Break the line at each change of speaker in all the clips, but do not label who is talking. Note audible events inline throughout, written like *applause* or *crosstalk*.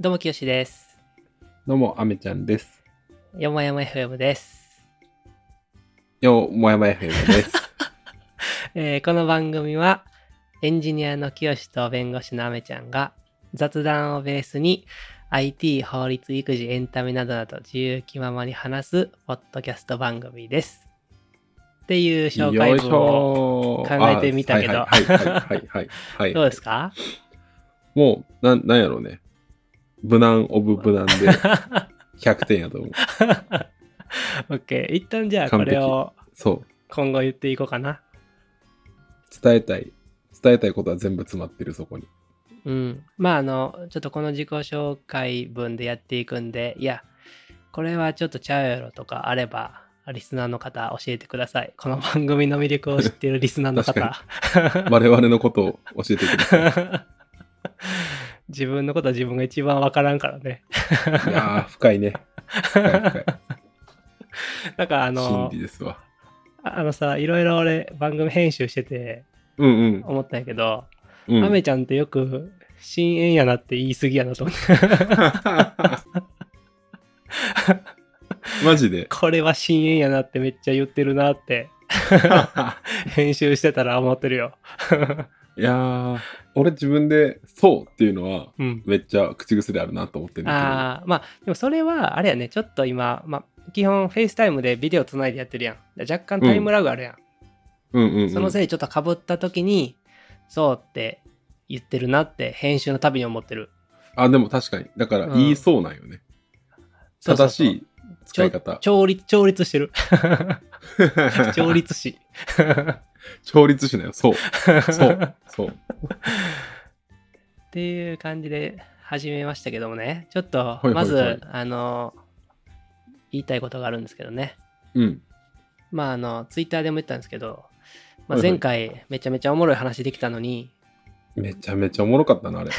どうもきよしです。
どうも、あめちゃんです。
よもやま FM です、
よう、もやもや FM です。
えーこの番組はエンジニアのきよしと弁護士のあめちゃんが雑談をベースに IT、法律、育児、エンタメなどなど自由気ままに話すポッドキャスト番組です。っていう紹介
よいし
文を
ょー
考えてみたけど
あはいはいはいはいはい、はい
どうですか
もう、なん、なんやろうね。無難オブ無難で100点やと思う。
?OK。一旦じゃあこれを
そう。
今後言っていこうかな。
伝えたい。伝えたいことは全部詰まってる、そこに。
うん。まあ、あの、ちょっとこの自己紹介文でやっていくんで、いや、これはちょっとちゃうやろとかあれば、リスナーの方教えてください。この番組の魅力を知っているリスナーの方。
我々のことを教えてください。
自分のことは自分が一番わからんからね。 *laughs*
いやー、深いね。深い深い。
なんかあ
真
の
理、ですわ。
ああのさ、いろいろ俺番組編集してて
うんうん。
思ったんやけど、
うん、
アメちゃんってよく深淵やなって言い過ぎやなと思って、
マジで。
これは深淵やなってめっちゃ言ってるなって編集してたら思ってるよ。
いやー、俺自分で、そうっていうのは、
うん。
めっちゃ口癖であるなと思ってるんだ
ああ、まあ、でもそれは、あれやね、ちょっと今、まあ、基本、フェイスタイムでビデオつないでやってるやん。若干タイムラグあるやん。
けど。うんうん、うん。
そのせいでちょっとかぶった時に、そうって言ってるなって、編集のたびに思ってる。
あ、でも確かに。だから、
うん
言いそうなんよね。
そうそう
正
そう
しい使い方。
調律、調律してる。 *laughs* 調律師。
*laughs* 調律師なよ。そう。そう。そう。
っていう感じで始めましたけどもね、ちょっと
いはいはい
まず、あの、言いたいことがあるんですけどね。
うん。
まああの、ツイッターでも言ったんですけど、ま
は
あ、
いはい
前回めちゃめちゃおもろい話できたのに、
めちゃめちゃおもろかっ
*laughs*
たな、あれ。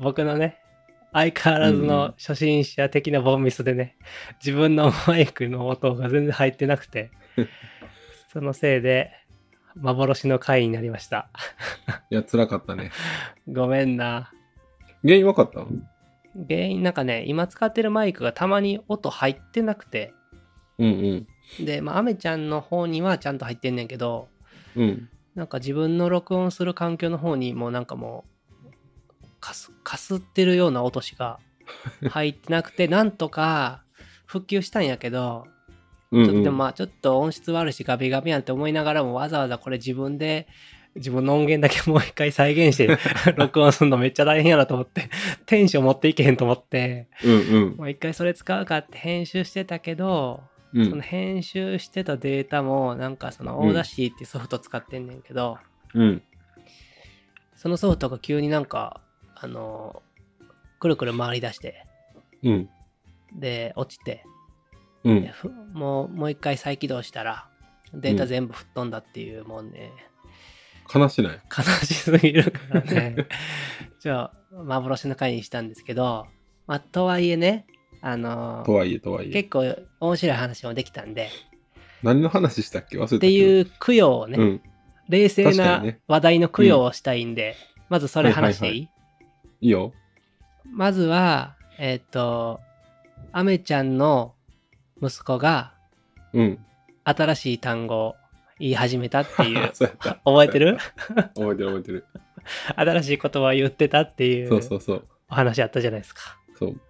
僕のね、相変わらず
うんう
の
ん
初心者的なボンミスでね、自分のマイクの音が全然入ってなく
*laughs*
て、そのせいで幻の回になりました。
いや、辛かったね。
ごめんな。
原因分かったの
原因なんかね、今使ってるマイクがたまに音入ってなくて、
うんうん。
で、まあ、アメちゃんの方にはちゃんと入ってんねんけど、
うん。
なんか自分の録音する環境の方にもうなんかもうかすかすってるような音し
*laughs*
か入ってなくてなんとか復旧したんやけど
うん、
ち
う
ょ
ん。
っとでもまあちょっと音質悪いしガビガビやんって思いながらもわざわざこれ自分で自分の音源だけもう一回再現して *laughs* 録音するのめっちゃ大変やなと思ってテンション持っていけへんと思って
うん
もう一回それ使うかって編集してたけど
うん。う
その
ん。
編集してたデータもなんかそのオーダーシーってソフト使ってんねんけど、
うん。
そのソフトが急になんか、あのくるくる回り出して、
うん。
で、落ちて、
うん
で。ふもう、もう一回再起動したら、データ全部吹っ飛んだっていう、もうね、
悲しない。
悲しすぎるから *laughs* ね、じゃあ、幻の回にしたんですけど、まあ、とはいえね、あの
とはいえ、とはいえ。
結構面白い話もできたんで、
何の話したっけ忘れたけど。
って
う。
いう供養をね、
ん。
冷静
確か
な
にね
話題の供養をしたいんで、まずそれ話していい、
はいいいよ。
まずは、えーっ、と、アメちゃんの息子が
うん。
新しい単語を言い始めたっていう、
*laughs* そうやった。
覚えてる
覚えてる覚えてる。
新しい言葉を言ってたってい
そううそうそう。
お話あったじゃないですか。
そう。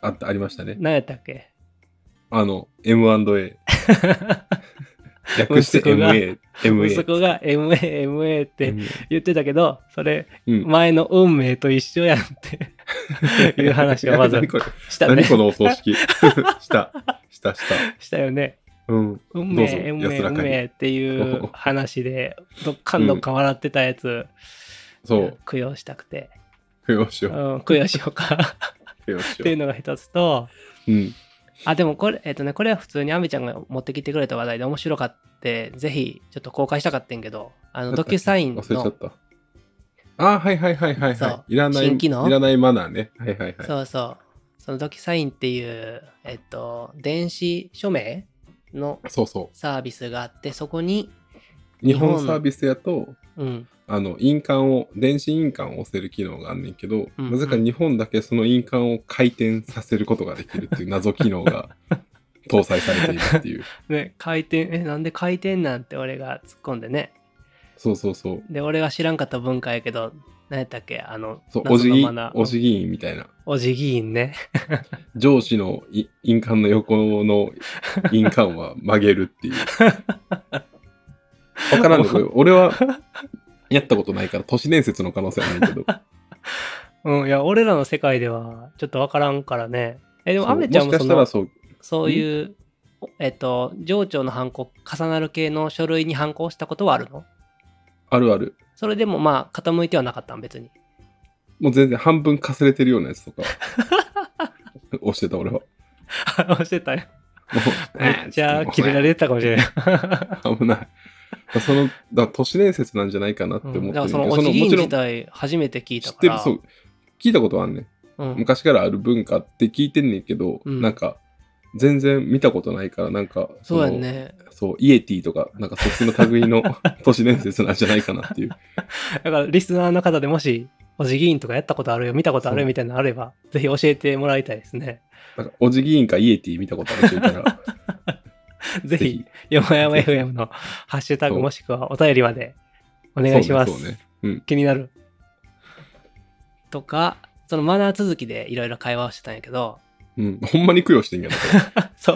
あった、ありましたね。
何やったっけ
あの、M&A。略して
息子が
MA。MA。
息子が MA、MA って言ってたけど、それ、
うん。
前の運命と一緒やんっていう話をまず
*laughs* 何これ
したね
何。このお葬
*laughs*
式した。した、した。
したよね。
うん。
運
どうぞ
命、運命、
安ら
運
かに
命っていう話で、どっかんどっかん笑ってたやつ、
そう。
供養したくて。
供養しよう。
うん、供養しようか
供養し
ってい
よ
うのが一つと、
う。うん。
あ、でもこれ、えっ、とね、これは普通にアメちゃんが持ってきてくれた話題で面白かって、ぜひちょっと公開したかったんけど、あの、ドキュサイン
忘
の
れちゃった。あーはいはいはいはい
そ
は
う
い。いらない、
新機
い
能
らないマナーね。はいはいはい。
そうそう、そのドキュサインっていう、えっ、と、電子署名の
そうそ
サービスがあって、そこに、
う。日本サービスやと、
うん、
あの印鑑を電子印鑑を押せる機能があんねんけど、
うんうん
なぜか日本だけその印鑑を回転させることができるっていう謎機能
*laughs*
が搭載されているっていう
ね、回転、え、なんで回転なんて俺が突っ込んでね。
そうそうそう
で、俺は知らんかった文化やけど、何やったっけあの、
そうお
謎
じ
の
ぎ
マナー
おじぎ員みたいな
おじ議員ね。
上司のい印鑑の横の印鑑は曲げる
*laughs*
っていうわからんのこれ俺はやったことないから都市伝説の可能性はないけど
うん、いや、俺らの世界ではちょっとわからんからね。え、でも、
そ
ア
う
メちゃん
も
も
しか
そ
した
の
ら、そう
そういう、えっと、情緒のハンコ、重なる系の書類にハンコをしたことはあるの
あるある
それでもまあ、傾いてはなかったん、
*laughs*
別に。
もう全然半分かすれてるようなやつ
*laughs*
とか押してた俺は。も
押してたよ。
う
じゃあ、決められてたかもしれない。
危ない。そのだから都市伝説なんじゃないかなって思って
う
る
ん、
ん
だか
だ
ら
け
そ
ど
のおじ議員
も
自
ちろん
体、初めて聞い
知
た
っ
か
て
ら。
るそう聞いたことはあんねん
うん、
昔からある文化って聞いてんねんけど、
うん
なんか全然見たことないからなんか
そう
の
やんね。
そうイエティとかなんかそっちの類
*laughs*
の都市伝説なんじゃないかなっていう
だから、リスナーの方でもし、おじ議員とかやったことあるよ、見たことある
そ
よ
う
みたいなのあれば、ぜひ教えてもらいたいですね。
なんかおじ議員かイエティ見たことある人いたら
ぜ
ぜ
ひ
ひ、
よもやま FM のハッシュタグ
そう
もしくはお便りまで *laughs* お願いします。
そうねそうねうん
気になる。とか、そのマナー続きでいろいろ会話をしてたんやけど、
うん、ほんまに供養してんやな、こ
*laughs*
*laughs*
そ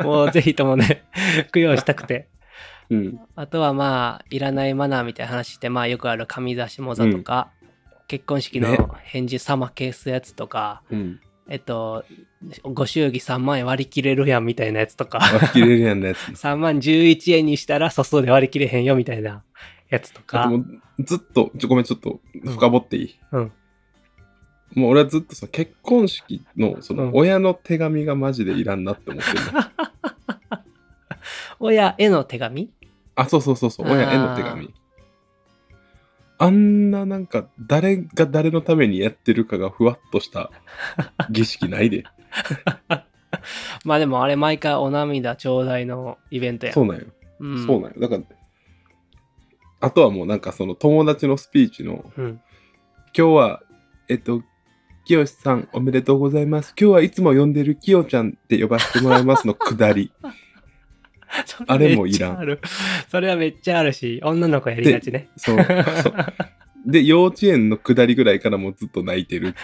う、もうぜひともね、供養したくて。
れうん、
あとはまあ、いらないマナーみたいな話して、まあよくある上座下座とか、結婚式の
ね
返事さまけすやつとか、
うん、
えっと、ご祝儀3万円割り切れるやんみたいなやつとか。
あきれるやんなやつ
3万11円にしたら素数で割り切れへんよみたいなやつと
あと
か
も。うずっと、ちょ、ごめん、ちょっと深掘っていい、
うん
もう俺はずっとその結婚式のそ
うん
の親の手紙がマジでいらんなって思ってる、
*laughs* 親への手紙
あ、そうそうそうそう、
あー
親への手紙。あんななんか誰が誰のためにやってるかがふわっとした
*laughs*
儀式ないで。
まあでもあれ毎回お涙ちょうだいのイベントやん。
そうなんよ。
うん
そうなんよ。だから、あとはもうなんかその友達のスピーチの
うん *laughs*
今日は、えっと、きよしさんおめでとうございます。今日はいつも呼んでるきよちゃんって呼ばせてもらい *laughs* ますのくだり。
そ
あれもいら
めっち
ん
ゃある *laughs* それはめっちゃあるし、女の子やりがちね。
そう。そうで、幼稚園のくだりぐらいからもうずっと泣いてるって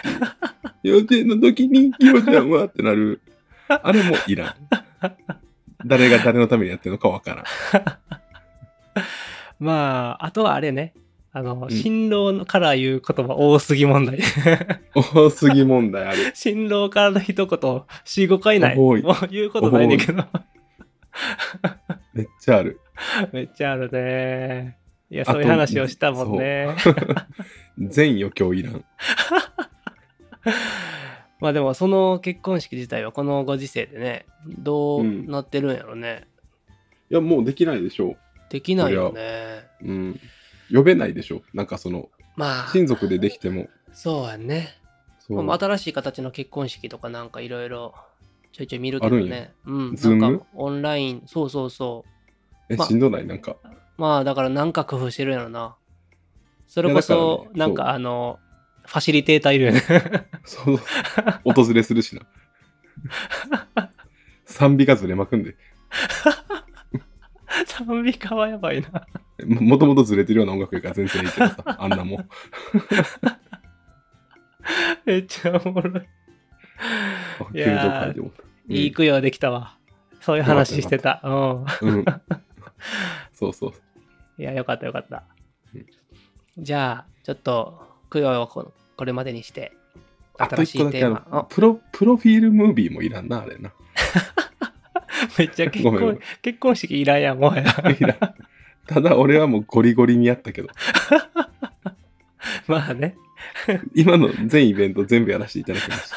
いう。幼稚園の時にきよちゃんはってなる。あれもいらん。誰が誰のためにやってるのかわからん。
まあ、あとはあれね。あの、
ん
新郎から言う言葉多すぎ問題。 *laughs*
多すぎ問題ある。
新郎からの一言、4、5回ない。も
多
う
い
言うことないねんだけど。 *laughs*
めっちゃある。
めっちゃあるね。いや、
あと
そういう話をしたもんね。
全余興いらん。
*laughs* まあでもその結婚式自体はこのご時世でねどうなってるんやろね、
いや、もうできないでしょ
できないよね
う。うん。呼べないでしょう。なんかその、
まあ
親族でできても。
そうやね、
そう
まあ新しい形の結婚式とかなんかいろいろちょいちょい見るけどねうん
ズーム
なんかオンラインそうそうそ
え、
まあ
しんどないなんか。
うまあだからなんか工夫してるんやろなそれこそ
いやだか
な
らね
んかあのファシリテーターいるよね *laughs*
そうそう。訪れするしな。賛美がずれまくんで。
賛美歌はやばいな
ももともとずれてるような音楽やから全然いいけどさ、あんなもん。
めっちゃおもろいい
急動
やー
会でも。うん
いい供養できたわそういう話してたうん
うん。そうそう。
いや、よかったよかった
うん。
じゃあ、ちょっと、供養をここれまでにして、
あと
*laughs* 新
一
し
個
い
だ
テ
けあ
ー
の
マ。あ
プロ、プロフィールムービーもいらんな、あれな。 *laughs*
めっちゃ結
ごめんごめ
婚
ん
結婚式いらんやん、もはや。
いらんただ俺はもうゴリゴリにやったけど、
まあね、
今の全イベント全部やらせていただきまし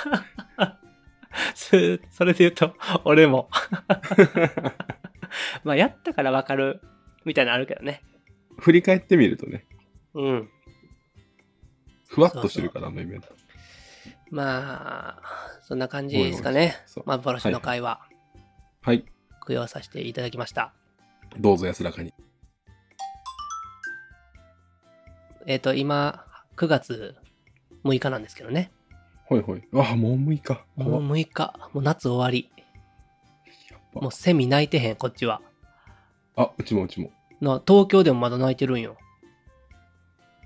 た。
すそれで言うと、俺も。 *laughs* まあ、やったからわかるみたいなのあるけどね。
振り返ってみるとね、
うん。
ふわっとしてるから、あのイベント。
まあ、そんな感じですかね
ごめんごめんそう。
幻の会話、
はい。
供養させていただきました。
どうぞ安らかに。
えっ、と、今、9月6日なんですけどね。
ほいほい。ああ、もう6日。
も
怖っ
う6日、もう夏終わり。
やっ
も
ぱ
うセミ泣いてへん、こっちは。
あ、うちもうちも。
な東京でもまだ泣いてるんよ。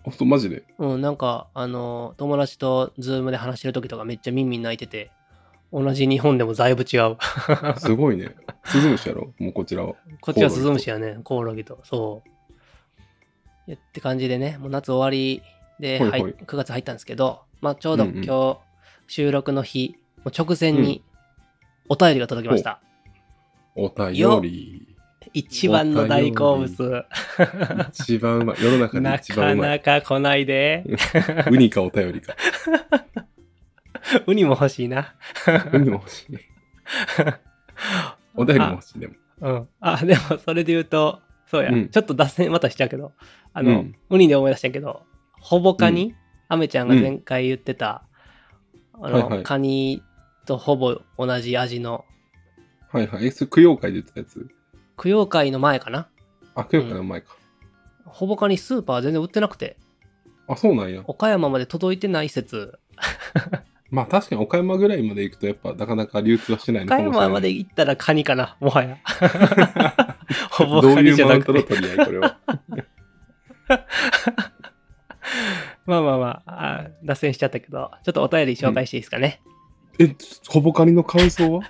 あ、そう、マジで。
うん、なんか、あの、友達とズームで話してる時とかめっちゃ耳泣いてて、同じ日本でもだいぶ違
*laughs*
う。 *laughs*
すごいね。スズムシやろもうこちらは。
こっちはスズムシやね、コオロギと。そう。いやって感じでね、もう夏終わりで、
はいはい
はい9月入ったんですけど、まあ、ちょうど
うんうん
今日、収録の日、もう直前にお便りが届きました。
お便り。
一番の大好物。
一番うまい。世の中で
な
一番
か
うまい。
なか来ないで。
ウニかお便りか。
ウニも欲しいな。
ウニも欲しい。お便りも欲しい。でも。
うん。あ、でもそれで言うと、そうや、
うん
ちょっと脱線またしちゃうけど、あの、
うん
ウニで思い出したけど、ほぼカニ、アメちゃんが前回言ってた、あの、
はいはい
カニとほぼ同じ味の、
はいはい。え、それ、供養会で言ってたやつ。
供養会の前かな
あ、供養会の前か。
ほぼカニスーパー全然売ってなくて、
あ、そうなんや。
岡山まで届いてない説、
まあ確かに岡山ぐらいまで行くと、やっぱなかなか流通はしてないの
岡
かもしれない。
山まで行ったらカニかな、もは
*laughs*
や。ほぼ
どう
カニ
い
じ
う
ゃ
マウ
な
ント
く
の
て。
取り合い、これは。
まあまあまああ、脱線しちゃったけど、ちょっとお便り紹介していいですかね。
え、ほぼカニの感想はい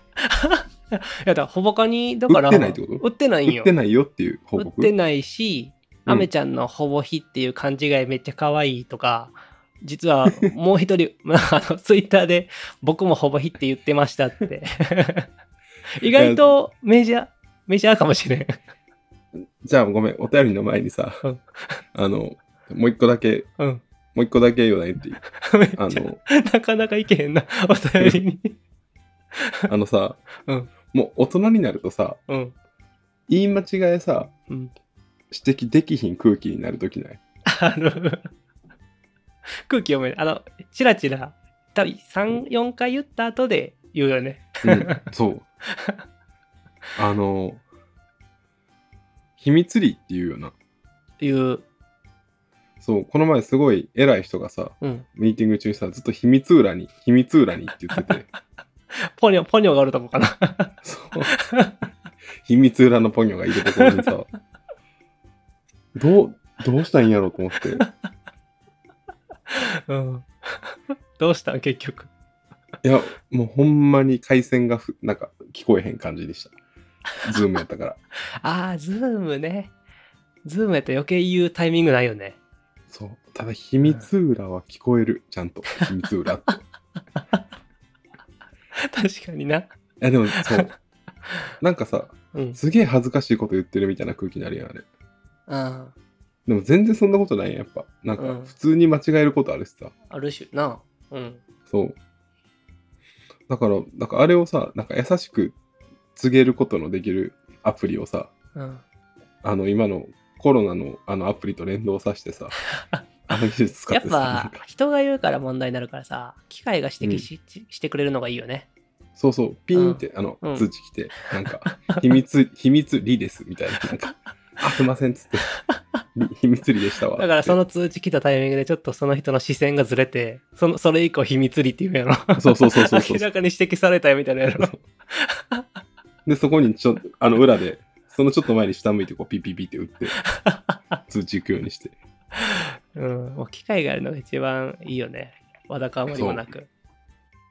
やだからほぼカニだから
売ってないってこと
売ってないん
売
よ
ってないよっていう報
売っ
告。
てないし
うん
アメちゃんのほぼひっていう勘違いめっちゃ可愛いとか実はもう一人 *laughs* まああのツイッターで僕もほぼひって言ってましたって
*laughs*
意外とメジャーメジャーかもしれん
じゃあごめん、お便りの前にさ
うん、
あの、もう一個だけ、
うん
もう一個だけ言わな
*laughs*
いっていう。
めっち
あ
ゃ
の、
なかなかいけへんなお便りに
あのさ、
うん
もう大人になるとさ、
うん
言い間違えさ、
うん
指摘できひん空気になるときない。
あの空気読めないあのチラチラ多分34回言った後で言うよね
うん、
*laughs*
そう。あの、秘密裏っていうよな。
いう
そう、この前すごい偉い人がさ、
うん
ミーティング中にさ、ずっと秘密裏に、秘密裏にって言っ
*laughs*
てて、
ポニョ、ポニョがあるとこかな。
そう。秘密裏のポニョがいるところにさ、どう、どうしたんやろうと思って、
うん。 *laughs* どうしたん結局。
いや、もうほんまに回線がふ、なんか聞こえへん感じでした。ズームやったから。 *laughs*
ああ、ズームね。ズームやったら余計言うタイミングないよね。
そう。ただ、秘密裏は聞こえる。ちゃんと。秘密裏って。い
確かにな。
や、でも、そう。なんかさ、
うん。
すげえ恥ずかしいこと言ってるみたいな空気になるやん、あれ。
あ
でも全然そんなことないやん、やっぱ。なん
う
か
ん、
普通に間違えることあるしさ。
ある種な。うん。
そう。だから、なんかあれをさ、なんか優しく告げることのできるアプリをさ、
うん、
あの、今のコロナのあのアプリと連動させ
*laughs*
てさ、あの技術使
や
っ
って
さ、なん
ぱ
か、
人が言うから問題になるからさ、機械が指摘し,し、してくれるのがいいよね。
そうそう、ピーンって、あの
うん、
通知来て、なんか、秘
*laughs*
密、秘密裏です、みたいな、なんか、あ、すいません、つって、り秘密裏でしたわ。
だから
って
その通知来たタイミングでちょっとその人の視線がずれて、そのそれ以降秘密裏っていうやろ。
そうそうそうそうそう
*laughs* 明らかに指摘されたよみたいなやろ。
で、そこにちょっと、あの、裏で、そのちょっと前に下向いて、こう、ピッピッピッって打
*laughs*
って、通知行くようにして。
うん。もう機械があるのが一番いいよね。わだかまりもなく。
っ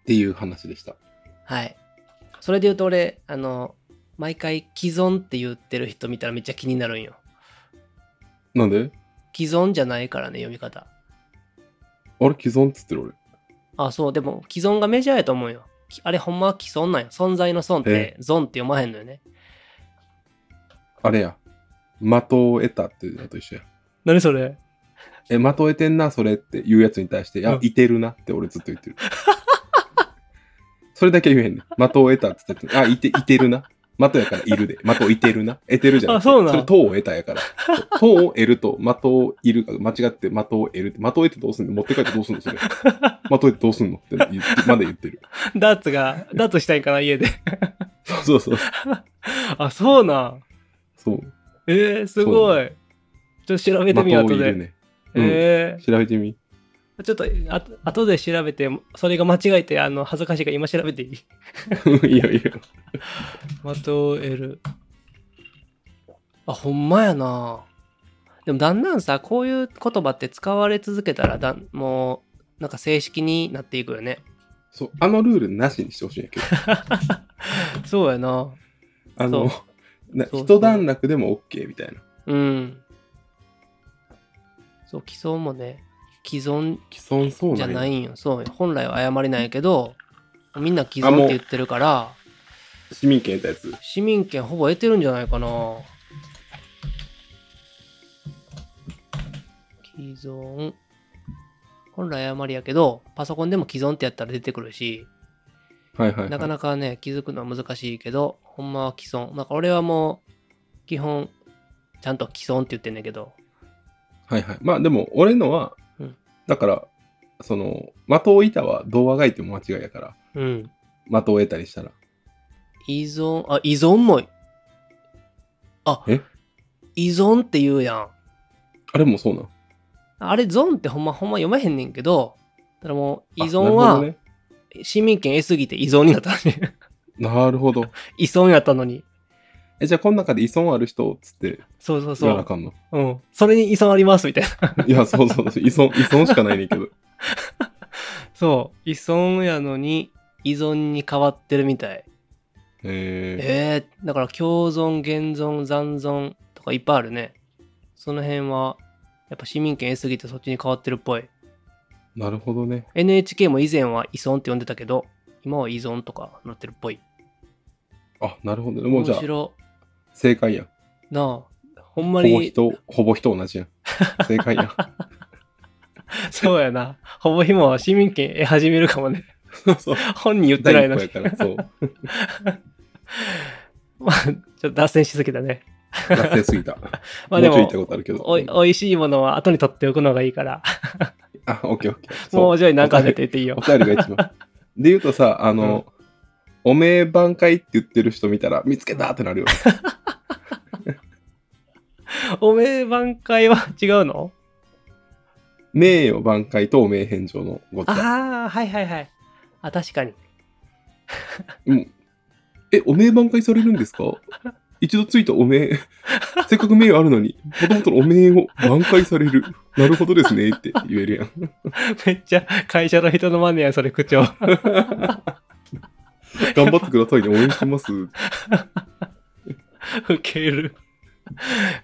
ていう話でした。
はい。それで言うと俺、あの、毎回既存って言ってる人見たらめっちゃ気になるんよ。
なんで
既存じゃないからね、読み方。
あれ既存っつってる俺。
あ、そう、でも既存がメジャーやと思うよ。きあれほんまは既存なんよ。存在の存って、ゾンって読まへんのよね。
あれや。的を得たっていうのと一緒や。
何それ
え、的を得てんな、それって言うやつに対して、いや
う、ん
いてるなって俺ずっと言ってる。それだけは言えへんねん。的を得たって言った時にあ、いて、いてるな。的やからいるで。的いてるな。得てるじゃなくて
あそうなん
それ、塔を得たやから。そう塔を得ると、的をいるが間違って、的を得るって。的を得てどうすんの持って帰ってどうすんの
*laughs*
それ。的を得てどうすんのって言ってまだ言ってる。
ダーツが、ダーツしたいんかな、家で。
そうそうそう。
あ、そうなん。
そう。
えー、すごい。ちょっと調べてみよう、
的
後
をい
で。
るね。うん
え
調べてみ。 *laughs*
ーちょっとあと後で調べてそれが間違えてあの恥ずかしいから今調べていい
いいよいいよ。
まとえるあほんまやなでもだんだんさこういう言葉って使われ続けたらだんもうなんか正式になっていくよね
そう、あのルールなしにしてほしいんやけど。
そうやな
あの
そ、
な
そうそう
一段落でも OK みたいな。
うんそう既存もね既存
既存そう
じゃ
なんや
ないんよそうよ本来は謝れないけどみんな既存って言ってるから
市民権やったやつ。
市民権ほぼ得てるんじゃないかな既存本来謝りやけどパソコンでも既存ってやったら出てくるし
はいはい、はい。
なかなかね気づくのは難しいけどほんまは既存なんか俺はもう基本ちゃんと既存って言ってんだけど
はいはい。まあでも、俺のは、
うん
だから、その、的を板はどうあがいても間違いやから、
うん
的を得たりしたら。
依存あ依存もあ
え
依存って言うやん
あれもそうなん。
あれゾンってほんまほんま読めへんねんけどただもう依
あ
存
なるほ
は、
どね。
市民権得すぎて依存になったのに *laughs*
なるほど。
依存やったのに
え、じゃあ、この中で依存ある人っつって
そうそう
言
そ
わなあ
う、
かんの。
うん、それに依存ありますみたいな *laughs*
いや、そうそうそう。依存、依存しかないねんけど。
そう依存やのに依存に変わってるみたい
え
えー、だから共存現存残存とかいっぱいあるねその辺はやっぱ市民権得すぎてそっちに変わってるっぽい
ー、なるほどね。
NHK も以前は依存って呼んでたけど今は依存とかなってるっぽい
あ、なるほどね。もう
面
じゃあ、
白
正解やん。
なあほん
ほ
ま
ぼ
に
人、ほぼ人同じやん。正解
*laughs*
やん。
そうやなほぼ今は市民権得始めるかもね
そうそう。
本人言ってない
第一
のに
歩やから、そう。
まあ、ちょっと脱線しすぎたね。
脱線すぎた。
*laughs* まあ
も
で
うちょ
も
い行った、ことあるけど。
おいおいしいものは後に取っておくのがいい
*laughs*
から、
あ、オッケーオッケー。
もうちょい中
で
でって言っていいよ
*laughs* お。便りが一番。で言うとさ、あの、おめえ挽回って言ってる人見たら、見つけたってなる *laughs* よ。
おめえ挽回は違うの
名誉挽回とおめえ返上のごっちゃ。
ああ、はいはいはい。あ、確かに。
うんえ、おめえ挽回されるんですか一度ついたおめ *laughs* え、せっかく名誉あるのに、もともとのおめえを挽回される。なるほどですねって言えるやん。
めっちゃ会社の人のマネや、それ口調。
頑張ってくださいね、応援してます。
*laughs* ウケる。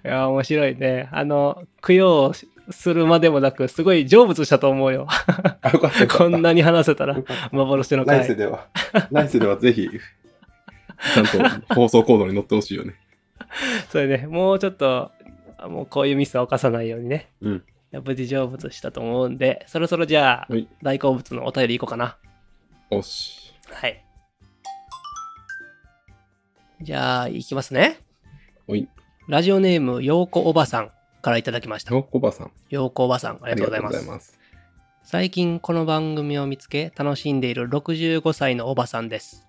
いや、面白いね。あの、供養をするまでもなく、すごい成仏したと思うよ。
あ、よかったよかった。
こんなに話せたら
よかっ、
幻の
来世
回。
で *laughs* は、来世ではぜひ、ちゃんと放送行動に乗ってほしいよね。
それね、もうちょっと、あもうこういうミスは犯さないようにね。
うん。
無事成仏したと思うんで、そろそろじゃあ、
はい
大好物のお便りいこうかな。
おし。
はい。じゃあ、いきますね。
おい。
ラジオネーム、ようこおばさんからいただきました。
おばさん、
ようこおばさん、ありがとうございます。
す。
最近この番組を見つけ楽しんでいる65歳のおばさんです。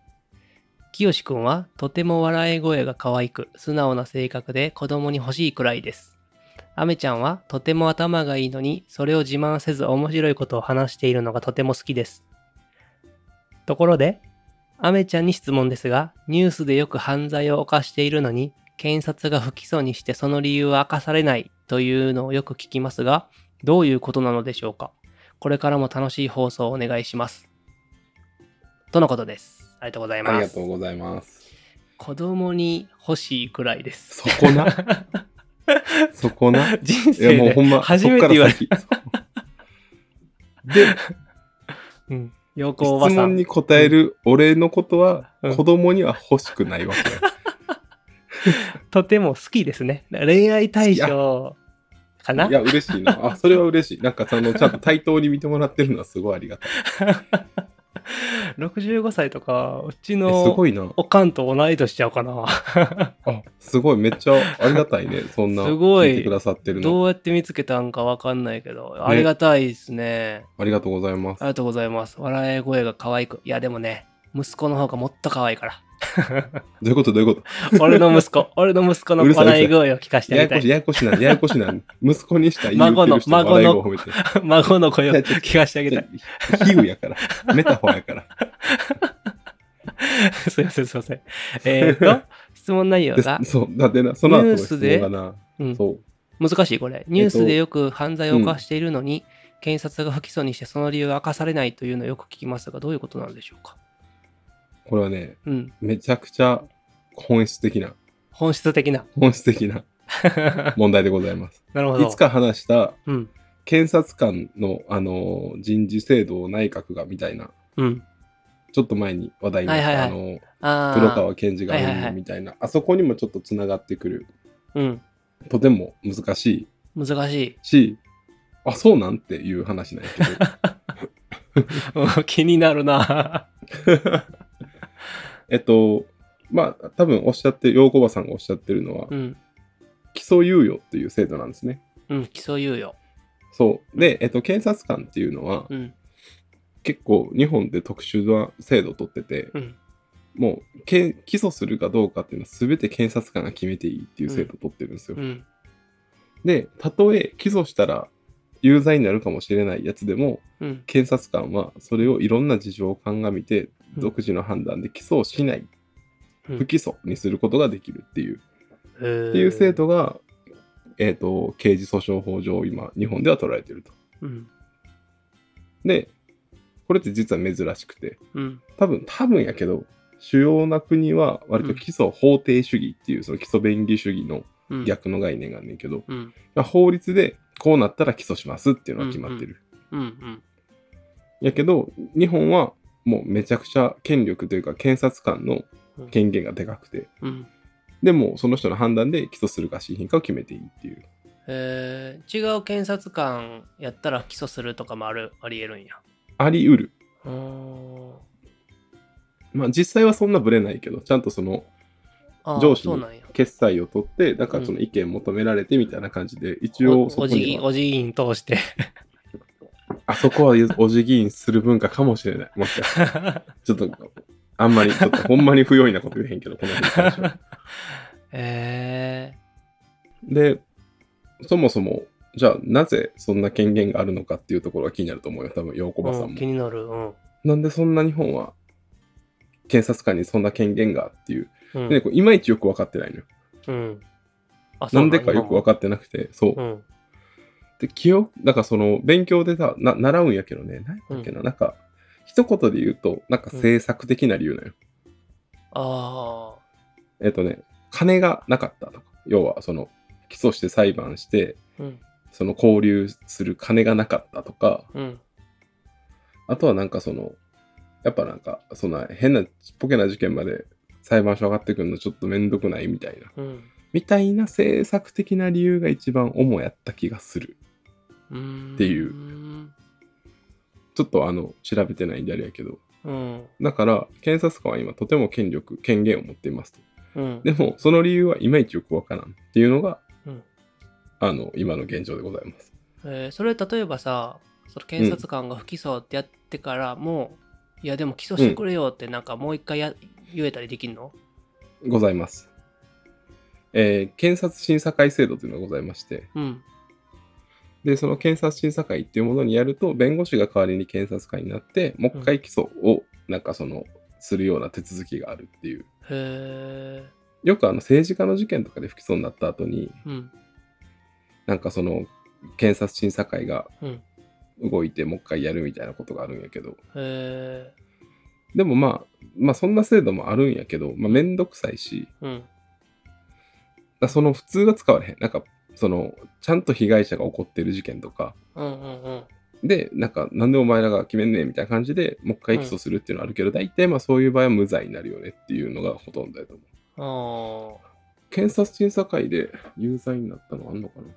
きよしくんはとても笑い声が可愛く素直な性格で子供に欲しいくらいです。あめちゃんはとても頭がいいのにそれを自慢せず面白いことを話しているのがとても好きです。ところで、あめちゃんに質問ですが、ニュースでよく犯罪を犯しているのに検察が不起訴にしてその理由は明かされないというのをよく聞きますが、どういうことなのでしょうかこれからも楽しい放送をお願いします。とのことです。ありがとうござい
あり
ま
が
す
と。うございます。
子供に欲しいくらいです。
そこな。 *laughs* そこな。い
人
や
生
もうほ
で
んま、
初めて言われ
そっから先。で、
うん。陽
質
光おばさ
問
ん。
に答える俺のことは
うん
子供には欲しくないわけよ。
とても好きですね。恋愛対象かない
や、嬉しいな。あ、それは嬉しい。なんかその、ちゃんと対等に見てもらってるのはすごいありがたい。
?65 歳とか、うち
えす
の
ごいな。
おかんと同い年ちゃうかな。
あ、すごい。めっちゃありがたいね。そんな、
すごい
聞いてくださってるの。
どうやって見つけたんかわかんないけど、ありがたいですね。
ありがとうございます
あり。がとうございます。笑い声が可愛く。いや、でもね、息子の方がもっと可愛いから。
どういうことどういうこ
俺の息
*laughs*
子、俺の息子の
うるさいうるさ
笑
い
い声を聞かせ
と
て
や
み
や
た
こしい、
い。
ややこしいな、ややこしいな。息子にした言う
孫
て
の
る人の笑いを
孫
褒めて。
*laughs* 孫の声を
いやちょ
聞かせてあげたい。
*laughs* 比喩
*laughs*
やから。メタファーやから。
すいません、すいません。えっ
*laughs*
と、質問内容
で
が、
そう、だってな、その後
ニュ
の
ー
質
スで
問がな、
うん
そう。
難しいこれ。ニュースでよく犯罪を犯しているのに、検察が不起訴にしてその理由が明かされないというのをよく聞きますが、どういうことなんでしょうか。
これはね、
うん。
めちゃくちゃ本質的な、
本質的な。
本質
*laughs*
的な問題でございます。
なるほど。
いつか話した
うん。
検察官の、あのー人事制度を内閣がみたいな、
うん。
ちょっと前に話題になった、
はいはいはい
あのー
ああ。
黒川検事が
はいはいはい
うんみたいな、あそこにもちょっとつながってくる、
うん。
とても難し
難しい
い。し、あ、そうなんっていう話なんやけど、
うん *laughs* 気になるな。
えっと、まあ、多分おっしゃって、陽子ばさんがおっしゃってるのは、
うん。
起訴猶予っていう制度なんですね。
うん。起訴猶予。
そう。で、えっと、検察官っていうのは、
うん。
結構日本で特殊な制度を取ってて、
うん。
もうけ起訴するかどうかっていうのは全て検察官が決めていいっていう制度を取ってるんですよ。
うん。
で、たとえ起訴したら有罪になるかもしれないやつでも、
うん。
検察官はそれをいろんな事情を鑑み
う
て、
ん
独自の判断で起訴をしない、
うん
不起訴にすることができるっていう、
へー
っていう制。度が、えっ、と、刑事訴訟法上、今、日本では取られてると。
うん。
で、これって実は珍しくて、
うん。
多分、多分やけど、主要な国は割と基礎法定主義っていう、その基礎便宜主義の
うん。
逆の概念があんねんけど、
うん。
まあ法律でこうなったら起訴しますっていうのは決まってる。
うん。うん。
やけど、日本はもうめちゃくちゃ権力というか、検察官の
うん
権限がでかくて、
うん。
でもその人の判断で起訴するかしないかを決めていいっていう。
えー、違う検察官やったら起訴するとかもあるありえるんや。
あり得る。
うーん
まあ実際はそんなぶれないけど、ちゃんとその
あー
上司
そう
に
なんや。
決裁を取って、だからその意見求められてみたいな感じで、一
お
応そこ
おじ
に
ぎ、
は
おじぎん通
*laughs*
して。
あそ
*laughs*
こはお辞儀する文化かもしれない。もしかしたら。ちょっと、あんまり、ちょっとほんまに不用意なこと言えへんけど、この辺に関し
*laughs*
ては
え
で、そもそも、じゃあなぜそんな権限があるのかっていうところが気になると思うよ、多分、洋子ばさ
ー、うんん、気
も。
になる。うん。
なんでそんな日本は、検察官にそんな権限がっていう。
うん
で、こういまいちよく分かってないのよ。
うん。あ
なんでかよく分かってなくて、そう
う。ん。
で、記憶、なんかその、勉強でさ、な習うんやけどね、何だっけな、なんか、一言で言うと、なんか政策的な理由なのよ。
あ
えっとね、金がなかったとか、要はその起訴して裁判して、
あ。うん。
その交流する金がなかったとか、
うん。
あとはなんかその、やっぱなんか、そんな変なちっぽけな事件まで裁判所上がってくるのちょっとめんどくないみたいな、
うん。
みたいな政策的な理由が一番主やった気がする。
うん。
っていう
う。
ちょっとあの、調べてないんであれやけど。
うん。
だから、検察官は今とても権力、権限を持っていますと。
うん。
でも、その理由はいまいちよくわからんっていうのが、
うん
あの、今の現状でございます。
えーそれ例えばさ、その検察官が不起訴ってやってからもう、いやでも起訴してくれよってなんかもう一回や言えたりできんの
ございます。えー検察審査会制度というのがございまして、
うん。
で、その検察審査会っていうものにやると、弁護士が代わりに検察官になって、もう一回起訴を、なんかその、するような手続きがあるっていう。
へえ。
よくあの、政治家の事件とかで不起訴になった後に、
うん。
なんかその、検察審査会が
うん。
動いて、もう一回やるみたいなことがあるんやけど、
へえ。
でもまあ、まあそんな制度もあるんやけど、まあめんどくさいし、
うん。
だその普通が使われへん。なんか、その、ちゃんと被害者が怒ってる事件とか、
うんうんうん。
で、なんか、なんでお前らが決めんねんみたいな感じで、もう一回起訴するっていうのはあるけど、大体まあそういう場合は無罪になるよねっていうのがほとんどだと思う。
ああ。
検察審査会で有罪になったのあんのかな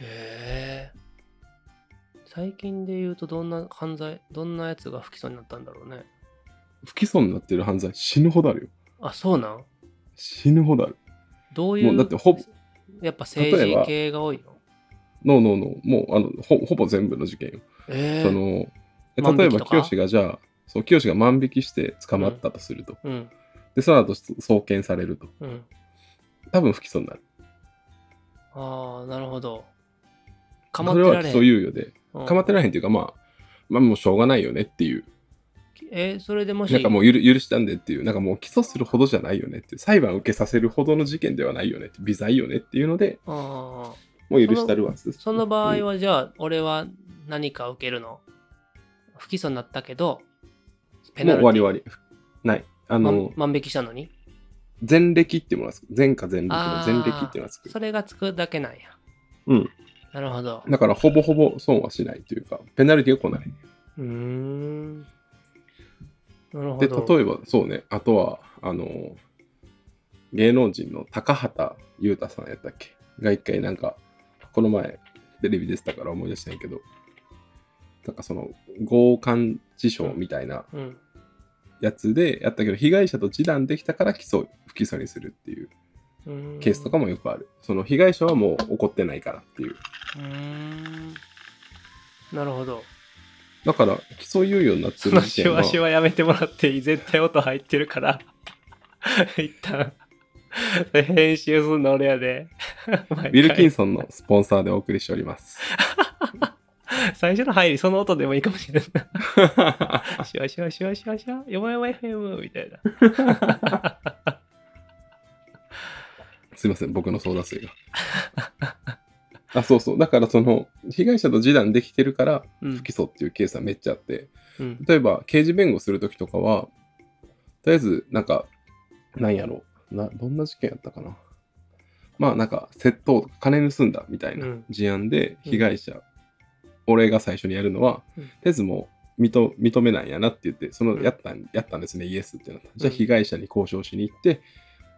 へえ。最近で言うとどんな犯罪、どんなやつが不起訴になったんだろうね。
不起訴になってる犯罪死ぬほどあるよ。
あ、そうなん
死ぬほどある。
どういう。
もうだってほぼ、
やっぱ政
例え
治
ば
系が多いの。
ノーノーノー、もうあのほほぼ全部の事件よ。
ええ
その、え
万
例え
引き
ば、
とか
清がじゃあ、そう、清が万引きして捕まったとすると。
うん。
で、その後、送検されると。
うん。
多分不起訴になる。
ああ、なるほど。かまっ
そ
て
れ
ら
は
れ
起
へん。
訴猶予で、
うん
かまってられへんっていうか、まあ、まあもうしょうがないよねっていう。
えーそれでもし、
なんかもう許許したんでっていう、なんかもう起訴するほどじゃないよねっていう、裁判受けさせるほどの事件ではないよねって、微罪よねっていうので、
あー
もう許したるわっつって
その場合
うん
は、じゃあ、俺は何か受けるの不起訴になったけど、ペ
も
ナ
う
ル
終
ティ
わり終わり。ない。あ
ま
の、
万引きしたのに
前歴っていうものがつく。前科前歴の前歴っていうのがつく
そ。れがつくだけなんや。
うん。
なるほど。
だからほぼほぼ損はしないというか、ペナルティが来ない。
うーん。なるほ
で、
ど。
例えば、そうね、あとは、あの、芸能人の高畑裕太さんやったっけが一回なんか、この前、テレビ出てたから思い出したんやけど、なんかその、強姦致傷みたいな
うん。
やつでやったけど、被害者と示談できたから起訴、不起訴にするっていう
うーん
ケースとかもよくある。その、被害者はもう怒ってないからってい
う
う。
ーん。なるほど。
だから、起訴猶予になって
そ
る
の
時
し
点は
わ、しわやめてもらっていい絶対音入ってるから。一旦。編集すんの俺やで。
ウィルキン
ス。
ソンのスポンサーでお送りしております。
最初の入り、その音でもいいかもしれない。しわしわしわしわしわ。よまよま FM みたいな。
*laughs* すいません、僕のソーダ水が。あ、そうそう。だから、その、被害者と示談できてるから、
うん
不起訴っていうケースはめっちゃあって、
うん。
例えば、刑事弁護するときとかは、とりあえず、なんか、なんやろな、どんな事件やったかな。まあ、なんか、窃盗とか、金盗んだみたいな
うん
事案で、被害者、俺が最初にやるのは、
うん
とりあえずもう認、認めないんやなって言って、その、
うん
やったん、やったんですね、イエスってなった。じゃあ、
うん
被害者に交渉しに行って、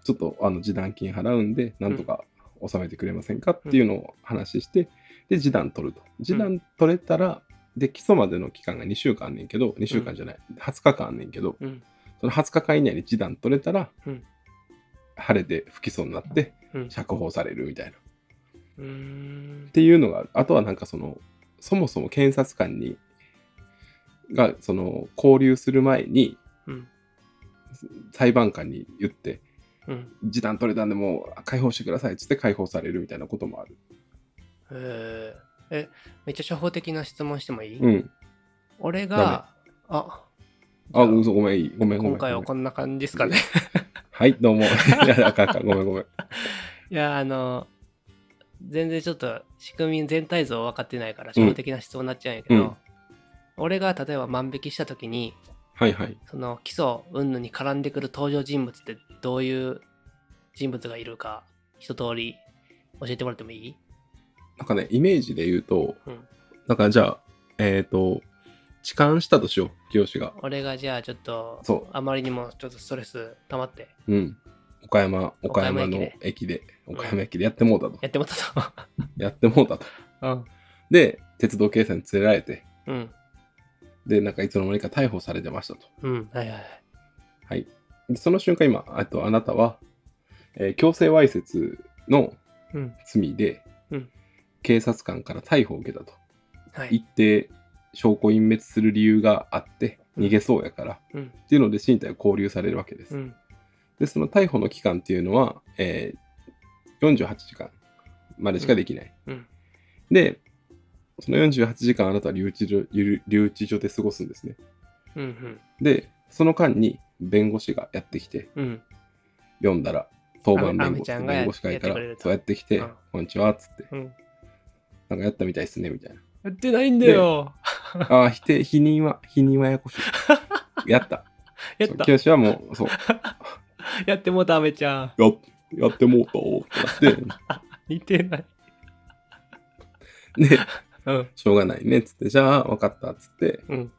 ちょっとあの示談金払うんで、なんとか納めてくれませんかっていうのを話して、で、示談取ると。示談取れたら、で、起訴までの期間が2週間あんねんけど、2週間じゃない、20日間あんねんけど、
うん。
その20日間以内に示談取れたら、
うん
晴れて不起訴になって、
うん。
釈放されるみたいな。っ
うーん。
ていうのがある。あとはなんかその、そもそも検察官に、が、その、交留する前に、
うん。
裁判官に言って、
うん。
示談取れたんでもう解放してくださいっつって解放されるみたいなこともある。
えーえ、めっちゃ初歩的な質問してもいい、
うん。
俺が、あ、
あ、
じゃあ
嘘ごめん、いい。ごめん、ごめん。
今回はこんな感じですかね。
はい、どうも。い *laughs* や、あかんあかんごめん、ごめん。
いや、あの、全然ちょっと仕組み全体像分かってないから、初歩的な質問になっちゃうんやけど、
うん
俺が例えば万引きした時に、
はいはい。
その基礎云々に絡んでくる登場人物ってどういう人物がいるか、一通り教えてもらってもいい
なんかね、イメージで言うと、
うん
だからじゃあ、えっ、と、痴漢したとしよう、清が。
俺がじゃあちょっと、
そ
あまりにもちょっとストレス溜まって、
う。うん。岡山、岡
岡山駅
山の
で
駅で、岡山駅でやってもうたと。
やってもらったと。
やってもうたと。
うん。
で、鉄道警察に連れられて、
うん。
で、なんかいつの間にか逮捕されてましたと。
うん。はいはいはい。
はい。でその瞬間、今、あとあなたは、えー強制わいせつの
うん。
罪で、
うん
警察官から逮捕を受けたと、
はい。
一定証拠隠滅する理由があって
うん
逃げそうやから、
うん。
っていうので身体を拘留されるわけです、
うん。
でその逮捕の期間っていうのは、えー48時間までしかできない、
うん。
でその48時間あなたは留置所留留置所で過ごすんですね
うん。うん。
でその間に弁護士がやってきて
うん。
読んだら当番
あ
弁
め
護
ちゃんが
弁護士会か
やって
ら
くれると
そうやってきて、
うん
こんにちはっつって
うん。
なんかやったみたいですねみたいな
やってないんだよ。
ああ、否定、否認は、否認はややこしい。やった。
やっ
そう
た。
清はもう、そう、 *laughs*
やってもうダメちゃん。
ややってもうたってなっ
似てない。
て、
*laughs*
で、
うん。
しょうがないね、つって、じゃあ、分かった、つって、
うん。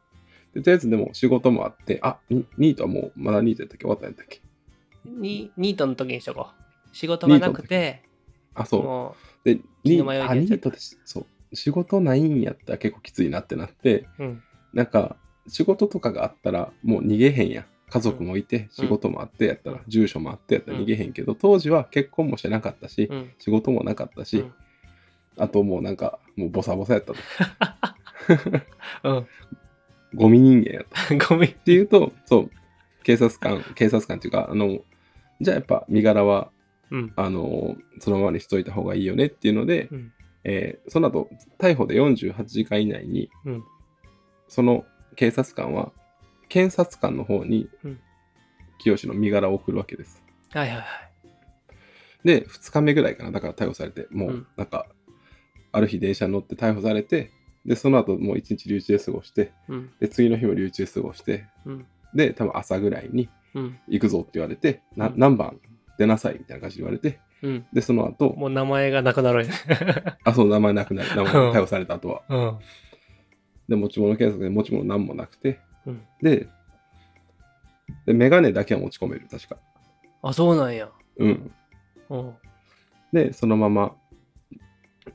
で、とりあえずでも仕事もあって、あ、にニートはもう、まだニートやったっけ終わったんやったっけ
に、ニートの時にしとこう。仕事がなくて、
あ、そう。
も
で、
気
ニ
の迷いにな
ート、あ、
っちゃった
ニートです。そう。仕事ないんやったら結構きついなってなって、
う、うん。
なんか、仕事とかがあったら、もう逃げへんやん。家族もいて、仕事もあってやったら
う、ん
住所もあってやったら逃げへんけど、当時は結婚もしてなかったし、
うん。
仕事もなかったし、
うん
あともうなんか、もうボサボサやったと。
うん。
ゴミ人間やと。っ
*laughs* ゴミ。
ていうと、そう、警察官、警察官っていうか、あの、じゃあやっぱ身柄は、
うん。
あの、そのままにしといた方がいいよねっていうので、
うん。
えーその後、逮捕で48時間以内に、
うん。
その警察官は、検察官の方に
うん、
清の身柄を送るわけです。
はいはいはい。
で、2日目ぐらいかな、だから逮捕されて、も
う、
うんなんか、ある日電車に乗って逮捕されて、で、その後、もう一日留置で過ごして、
うん。
で、次の日も留置で過ごして、
うん。
で、多分朝ぐらいに、
うん。
行くぞって言われて、な
うん
何番出なさいみたいな感じで言われて、
うん。
で、その後、
もう名前がなくなるよね。
あ、そう、名前なくなる。名前
うん
逮捕された後は。
うん。
で、持ち物検索で持ち物何もなくて、
うん。
で、で、メガネだけは持ち込める、確か。
あ、そうなんや。
うん。
うん。
で、そのまま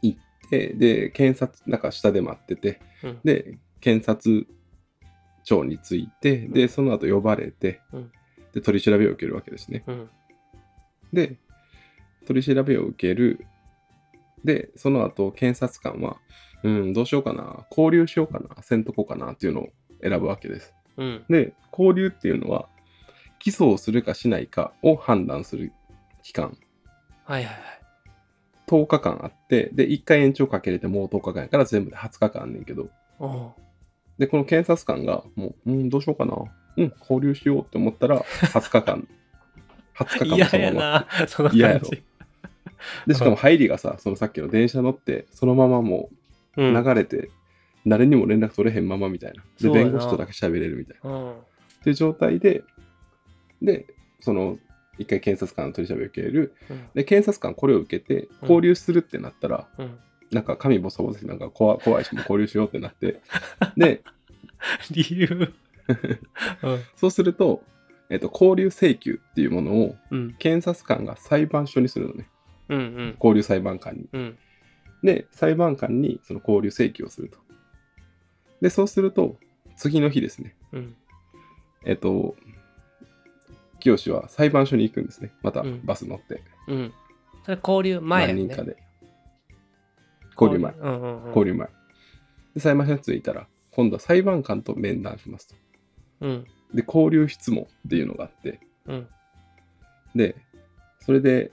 行って、で、検察、なんか下で待ってて、
うん。
で、検察庁に着いて、で、その後呼ばれて、
うん
で、取り調べを受けるわけですね。
うん。
で、取り調べを受ける。で、その後、検察官は、うん、どうしようかな、交流しようかな、せんとこかなっていうのを選ぶわけです。
うん。
で、交流っていうのは、起訴をするかしないかを判断する期間、
はいはいはい。
10日間あって、で、1回延長かけれてもう10日間やから全部で20日間あんねんけど、
うん。
で、この検察官が、もう、うん、どうしようかな、うん、交流しようって思ったら、20
*laughs*
日間、20日間も
嫌
その
や
まま
な、その
嫌や
感
ろ
じ。
で、しかも入りがさ、そのさっきの電車乗って、そのままもう、
うん。
流れて、誰にも連絡取れへんままみたいな。で、
そうやな
弁護士とだけ喋れるみたいな。
うん。
っていう状態で、で、その、一回検察官の取り調べを受ける。
うん
で、検察官これを受け
う
て、
ん
交流するってなったら、
うん。
なんか髪ボサボサしてなんか怖怖いし、もう交流しようって
*laughs*
なって。で、
理由。 *laughs* うん
そうすると、えっと、交流請求っていうものを
うん。
検察官が裁判所にするのね。
うん。うん。
交流裁判官に。
うん。
で、裁判官にその交流請求をすると。で、そうすると、次の日ですね。
うん。
えっと、清は裁判所に行くんですね。また
うん
バス乗って、
うん。それ交流前やね。
何人かで。交流前。
うんうんうん。
交流前。で、裁判所に着いたら、今度は裁判官と面談しますと。
うん。
で、交流質問っていうのがあって、
うん。
で、それで、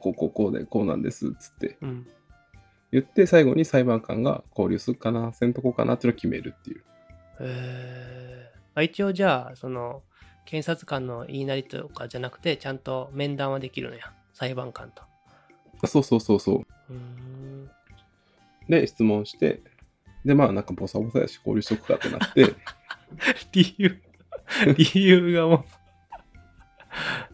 こうこうこうで、こうなんですっつって
うん。
言って、最後に裁判官が交流するかな、せんとこかなっていうのを決めるっていう。
えーあ一応じゃあ、その、検察官の言いなりとかじゃなくて、ちゃんと面談はできるのや。裁判官と。
そうそうそうそう。
うーん。
で、質問して、で、まあ、なんかボサボサやし、交流しとくかってなって、
理由。理由がも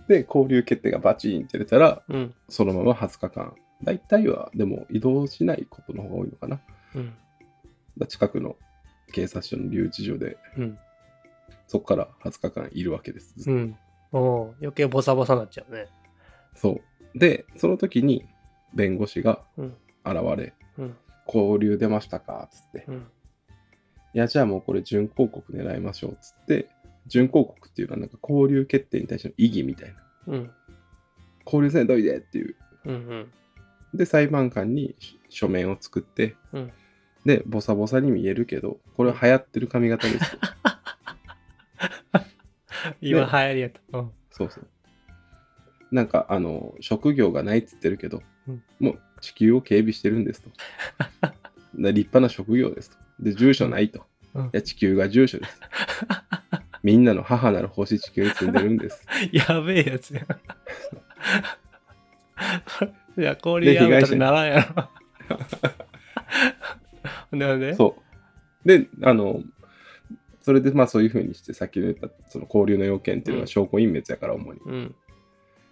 で、交流決定がバチンって出たら、
う。うん。
そのまま20日間。大体は、でも移動しないことの方が多いのかな。だか
うん。
ら近くの警察署の留置所で、
うん。
そこから20日間いるわけです。
うん。おう余計ボサボサになっちゃうね。
そう。で、その時に弁護士が
うん。
現れ、
うん。
交流出ましたかっつって。
うん。
いや、じゃあもうこれ準抗告狙いましょうっつって、準抗告っていうのはなんか交流決定に対しての意義みたいな。
うん。
交流せんといでっていう。
うん。うん。
で、裁判官に書面を作って、
うん
で、ボサボサに見えるけど、これは流行ってる髪型ですと。
今流行りやった。うん。
そうそう。なんか、あの、職業がないっつってるけど、
うん
もう地球を警備してる
*laughs*
んですと。で立派な職業ですと。で、住所ないと。
うん
いや、地球が住所です。みんなの母なる星地球に住んでるんです。
*laughs* やべえやつや。いや、交流やめたらならんやろ。ほん *laughs* でほんで
そう。で、あの、それでまあそういうふうにして、さっきの言ったその交流の要件っていう
う
のは
ん
証拠隠滅やから、主に。
うん。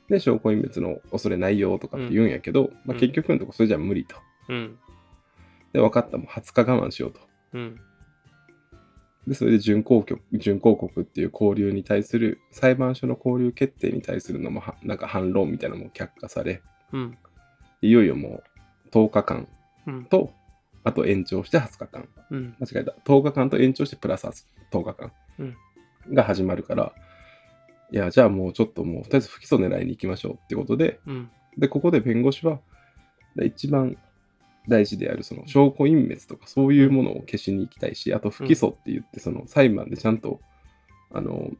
で、証拠隠滅の恐れないよとかって言うんやけど、まあ、結局のとこそれじゃ無理と。
うん。
で、分かった、もう20日我慢しようと。
うん。
で、それで準抗告準抗告っていう交流に対する、裁判所の交流決定に対するのもは、なんか反論みたいなのも却下され、
うん。
いよいよもう10日間
うん。
と、あと延長して20日間。
うん。
間違えた。10日間と延長してプラス10日間
うん
が始まるから、いや、じゃあもうちょっともう、とりあえず不起訴狙いに行きましょうってことで、
うん。
で、ここで弁護士は、で一番大事であるその証拠隠滅とかそういうものを消しに行きたいし、あと不起訴って言ってその裁判でちゃんと、あの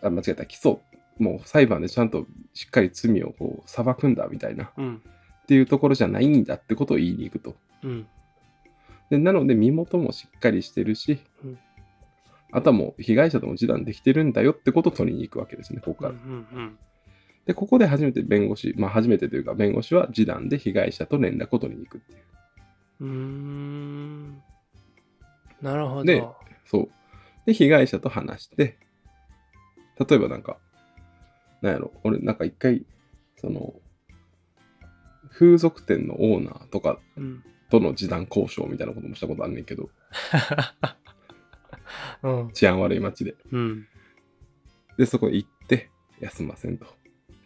あ間違えた起訴もう裁判でちゃんとしっかり罪をこう裁くんだみたいなっ
うん。
ていうところじゃないんだってことを言いに行くと。
うん。
でなので身元もしっかりしてるし、
うん
あとはもう被害者とも示談できてるんだよってことを取りに行くわけですね、ここ
うん。う
から。
ん。
で、ここで初めて弁護士、まあ初めてというか弁護士は示談で被害者と連絡を取りに行くっていう。
うん。うーん。なるほ
で
ど。
そう。で、被害者と話して、例えばなんか、なんやろ、俺なんか一回、その、風俗店のオーナーとか *laughs*
うん。
との示談交渉みたいなこともしたことあんねんけど、
うん。
治安悪い街で。
うん。
で、そこ行って、休ませんと。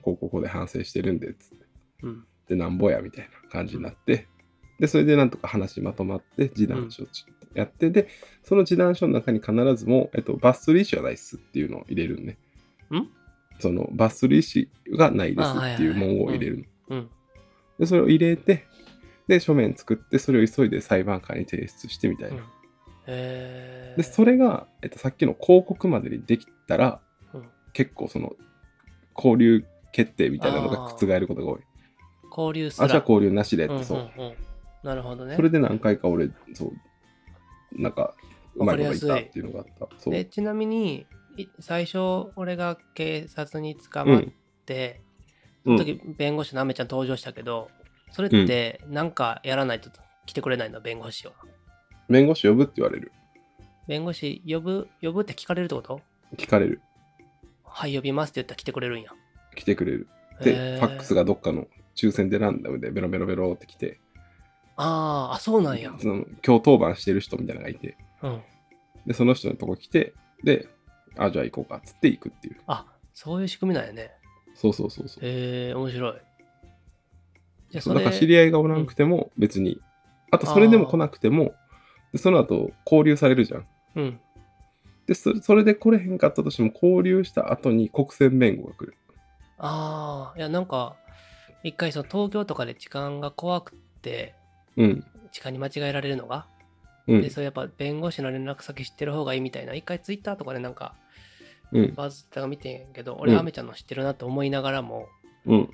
こうこうこうで反省してるんで、つって。
うん。
で、なんぼや、みたいな感じになって、で、それでなんとか話まとまって、示談書やって、で、その示談書の中に必ずもう、えっと、罰する意思はないっすっていうのを入れるね。
ん
その、罰する意思がないですって
あ
いう
はいはいはい
文言を入れる
う
の。
ん。
で、それを入れて、で、書面作って、それを急いで裁判官に提出してみたいな。
えー。
で、それが、えっと、さっきの広告までにできたら、
うん
結構その、交流決定みたいなのが覆ることが多い。
交流す
あ、
ら
じゃあ交流なしでって、
うんうん
そう。
うんなるほどね。
それで何回か俺、そう、なんか、うまいこと
わ
言っ
か
た
りやすい
っていうのがあった。そう。
でちなみにい最初俺が警察に捕まって、
うん
その時弁護士のアメちゃん登場したけどそれってなんかやらないと来てくれないの弁護士は
弁護士呼ぶって言われる。
弁護士呼ぶ呼ぶって聞かれるってこと
聞かれる。
はい呼びますって言ったら来てくれるんや
来てくれる。で、
へー
ファックスがどっかの抽選でランダムでベロベロベロって来て、
あーあそうなんや
その今日当番してる人みたいなのがいて、
うん
で、その人のとこ来て、で、あ、じゃあ行こうかっつって行くっていう。
あそういう仕組みなんやね
そうそうそうそう。
へえ面白いじゃあそ
そ
う
だ
れ
から知り合いがおらなくても別に、あとそれでも来なくても、でその後交流されるじゃん。
うん
でそ、それで来れへんかったとしても交流した後に国選弁護が来る。
ああいやなんか一回その東京とかで痴漢が怖くて
うん。
痴漢に間違えられるのが
うん
で、。そうやっぱ弁護士の連絡先知ってる方がいいみたいな、一回ツイッターとかでなんか
うん。
バズったの見てんけど、俺、
うん
アメちゃんの知ってるなって思いながらも、
うん。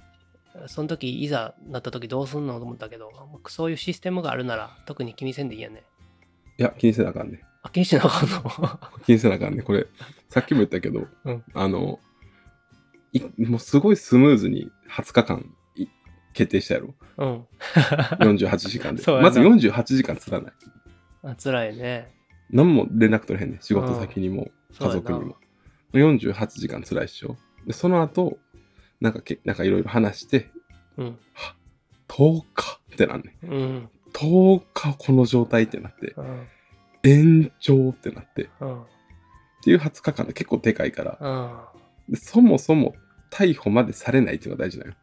その時いざなった時どうすんのと思ったけど、そういうシステムがあるなら特に気にせんでいいやね。
いや、気にせなあかんね。
あ、気にしてなかった
気にせなあかんね。これ、さっきも言ったけど、
うん
あの、いもうすごいスムーズに20日間い決定したやろ。
の。 *laughs*
48時間で
そう。やな
まず48時間つらない。
うん。あ辛いね。
何も連絡取れへんねん。仕事先にも、
そうや
家
な
族にも。48時間つらいっしょ。で、その後、なんかけ、なんかいろいろ話して、
うん。
10日ってなんねん。
うん。
10日この状態ってなって、
うん。
延長ってなって、っ
うん。
ていう20日間で結構でかいから、
うん。
でそもそも逮捕までされないっていうのが大事だよ。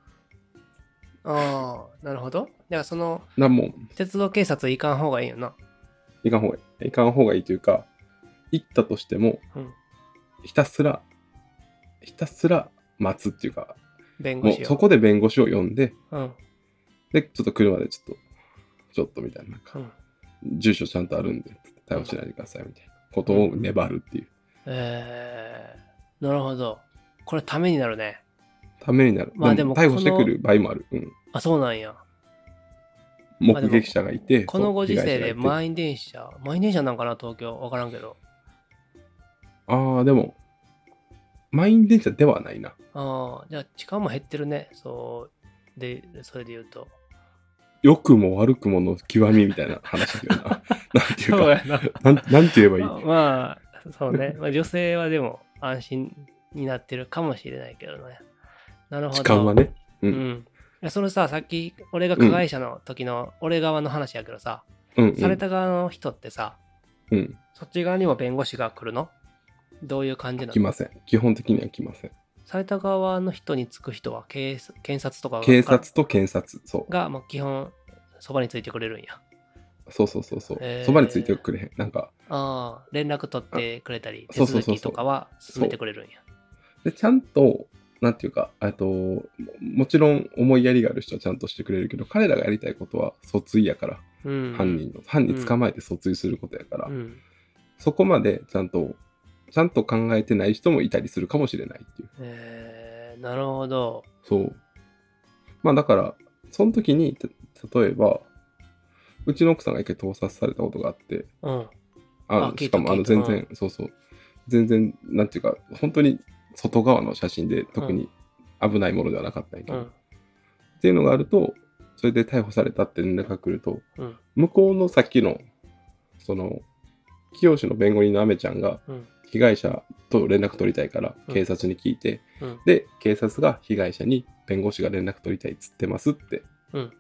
だか
ああ、なるほど。じゃあその
らもう、
鉄道警察行かん方がいいよな。
いかんほうがいい。いかんほうがいいというか、行ったとしても、
うん。
ひたすら、ひたすら待つっていうか、
弁護
も
士
う
を。
そこで弁護士を呼んで、
うん。
で、ちょっと車でちょっと、ちょっとみたいな、なん
う
か、
ん。
住所ちゃんとあるんで、逮捕しないでくださいみたいなことを粘るっていう、
えー、なるほど。これためになるね。
ためになる。
まあでも
逮捕してくる場合もある。うん。
あ、そうなんや。
目
あでも
撃者がいて、
この
そう
ご時世で
被害者がいて
満員電車、満員電車なんかな、東京。わからんけど。
ああ、でも、満員電車ではないな。
ああ、じゃあ、時間も減ってるね。そう。で、それで言うと。
良くも悪くもの極みみたいな話だよな。なんていうか、
やな。
なんなんて言えばいい
まあ、そうね。まあ、女性はでも安心になってるかもしれないけどね。なるほど。
時間は。ね。う。
うんん。いやそのさ、さっき、俺が加害者の時の、俺側の話やけどさ、
うん、うん。
された側の人ってさ、
うん。
そっち側にも弁護士が来るのどういう感じな
来
の
ません。基本的には来ません。
された側の人につく人は警察検察とかが
警察と検察。そう。
がもう基本そばについてくれるんや。
そうそうそうそう
へー。
そばについてくれへん。なんか、
ああ、連絡取ってくれたり、
あ
手
そうそ
続
うそうそう
きとかは進めてくれるんや。
で、ちゃんと、なんていうか、えっと、ももちろん思いやりがある人はちゃんとしてくれるけど、彼らがやりたいことは訴追やから、
うん、
犯人の犯人捕まえて訴追することやから、
うん、
そこまでちゃんとちゃんと考えてない人もいたりするかもしれないっていう
えー、なるほど。
そうまあだからその時にた例えばうちの奥さんが一回盗撮されたことがあって
うん。あ
あ
聞い
したかもあ
聞
の
いた
全然そうそう全然なんていうか本当に外側の写真で特に危ないものではなかったんやけ
う
ど、
ん。
っていうのがあるとそれで逮捕されたって連絡が来ると
うん。
向こうのさっきのその清志の弁護人のアメちゃんが
うん。
被害者と連絡取りたいから
うん
警察に聞いて、
うん
で警察が被害者に弁護士が連絡取りたいっつってますって
うん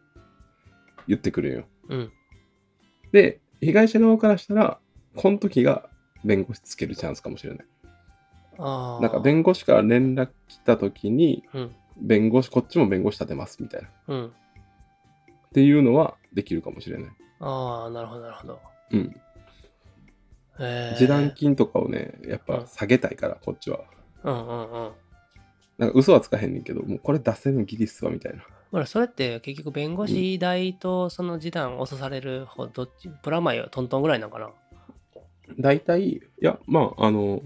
言ってくるんよ。
うん。
で被害者側からしたらこの時が弁護士つけるチャンスかもしれない。
ああ。
なんか弁護士から連絡来た時に
うん。
弁護士こっちも弁護士立てますみたいなっ
うん。
ていうのはできるかもしれない。
ああ、なるほど、なるほど。
うん、
えー、
示談金とかをねやっぱ下げたいからこっちは
うんうんうん。
なんか嘘はつかへんねんけどもうこれ出せるギリっすわみたいな
ほら、それって結局弁護士代とその示談押さされる方、どっち、プラマイはトントンぐらいなんかな。
大体いやまああの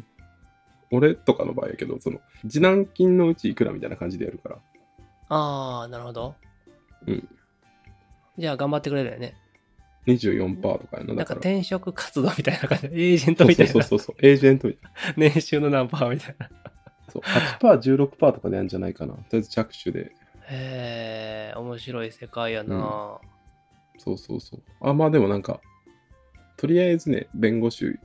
俺とかの場合やけどその示談金のうちいくらみたいな感じでやるから
ああ、なるほど。
うん。
じゃあ頑張ってくれるよね。
24%とかやな
なん
だか
から転職活動みたいな感じで、エージェン
そ
ト
う
みた
そう
い
そう
な。
そうそうエージェントみたいな
年収の何パーみたいな。
そう 8%16% とかでやるんじゃないかなとりあえず着手で
へえ、面白い世界やな。
そうそうそうあまあでもなんかとりあえずね弁護士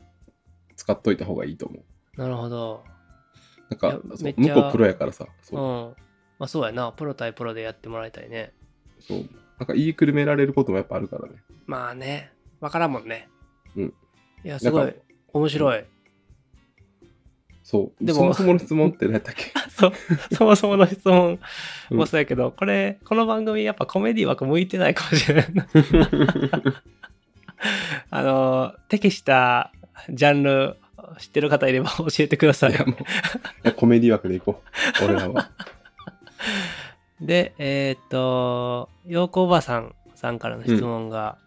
使っといた方がいいと思う
なるほど。
なん
い
か
や
そ
めっ
う
ち
向
ゃ
こうプロやからさ
う
そ
ん
う,、。
まあそうやな。プロ対プロでやってもらいたいね。
そうなんか言いくるめられることもやっぱあるからね
まあね。わからんもんね。
うん。
いや、すご
なん
い
か。
面白い。
そう
でも
そもそもの質問って何やったっ
*laughs*
け
そう、そもそもの質問
うん
もそうやけど、これ、この番組やっぱコメディ枠向いてないかもしれない *laughs* な。あの、適したジャンル知ってる方いれば *laughs* 教えてくださ
い
い
や。もういやコメディ枠でいこう俺らは
で、えーっと、陽子おばさんさんからの質問が、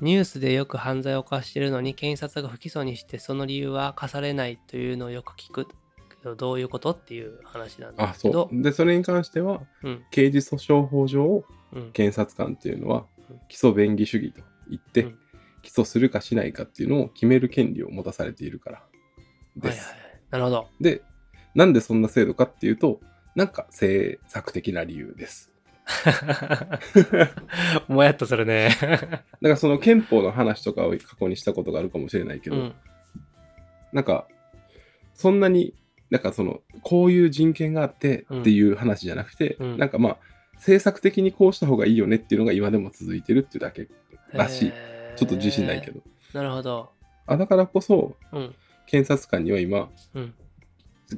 ニュースでよく犯罪を犯してるのに検察が不起訴にしてその理由は課されないというのをよく聞くけどどういうことっていう話なんで
あ
すけ
そ
ど
うでそれに関しては
うん
刑事訴訟法上
うん
検察官っていうのは
うん
基礎便宜主義と言って、
うん
起訴するかしないかっていうのを決める権利を持たされているからです、
はいはい、なるほど
でなんでそんな制度かっていうとなんか政策的な理由です
*laughs* もやっとするね。
だからその憲法の話とかを過去にしたことがあるかもしれないけ
う
ど、
ん。
なんかそんなになんかそのこういう人権があってっていう話じゃなくて、
うん
なんかまあ政策的にこうした方がいいよねっていうのが今でも続いてるっていうだけらしい、
へー
ちょっと自信ないけ。ど
なるほど。
あだからこそ
うん。
検察官には今
うん。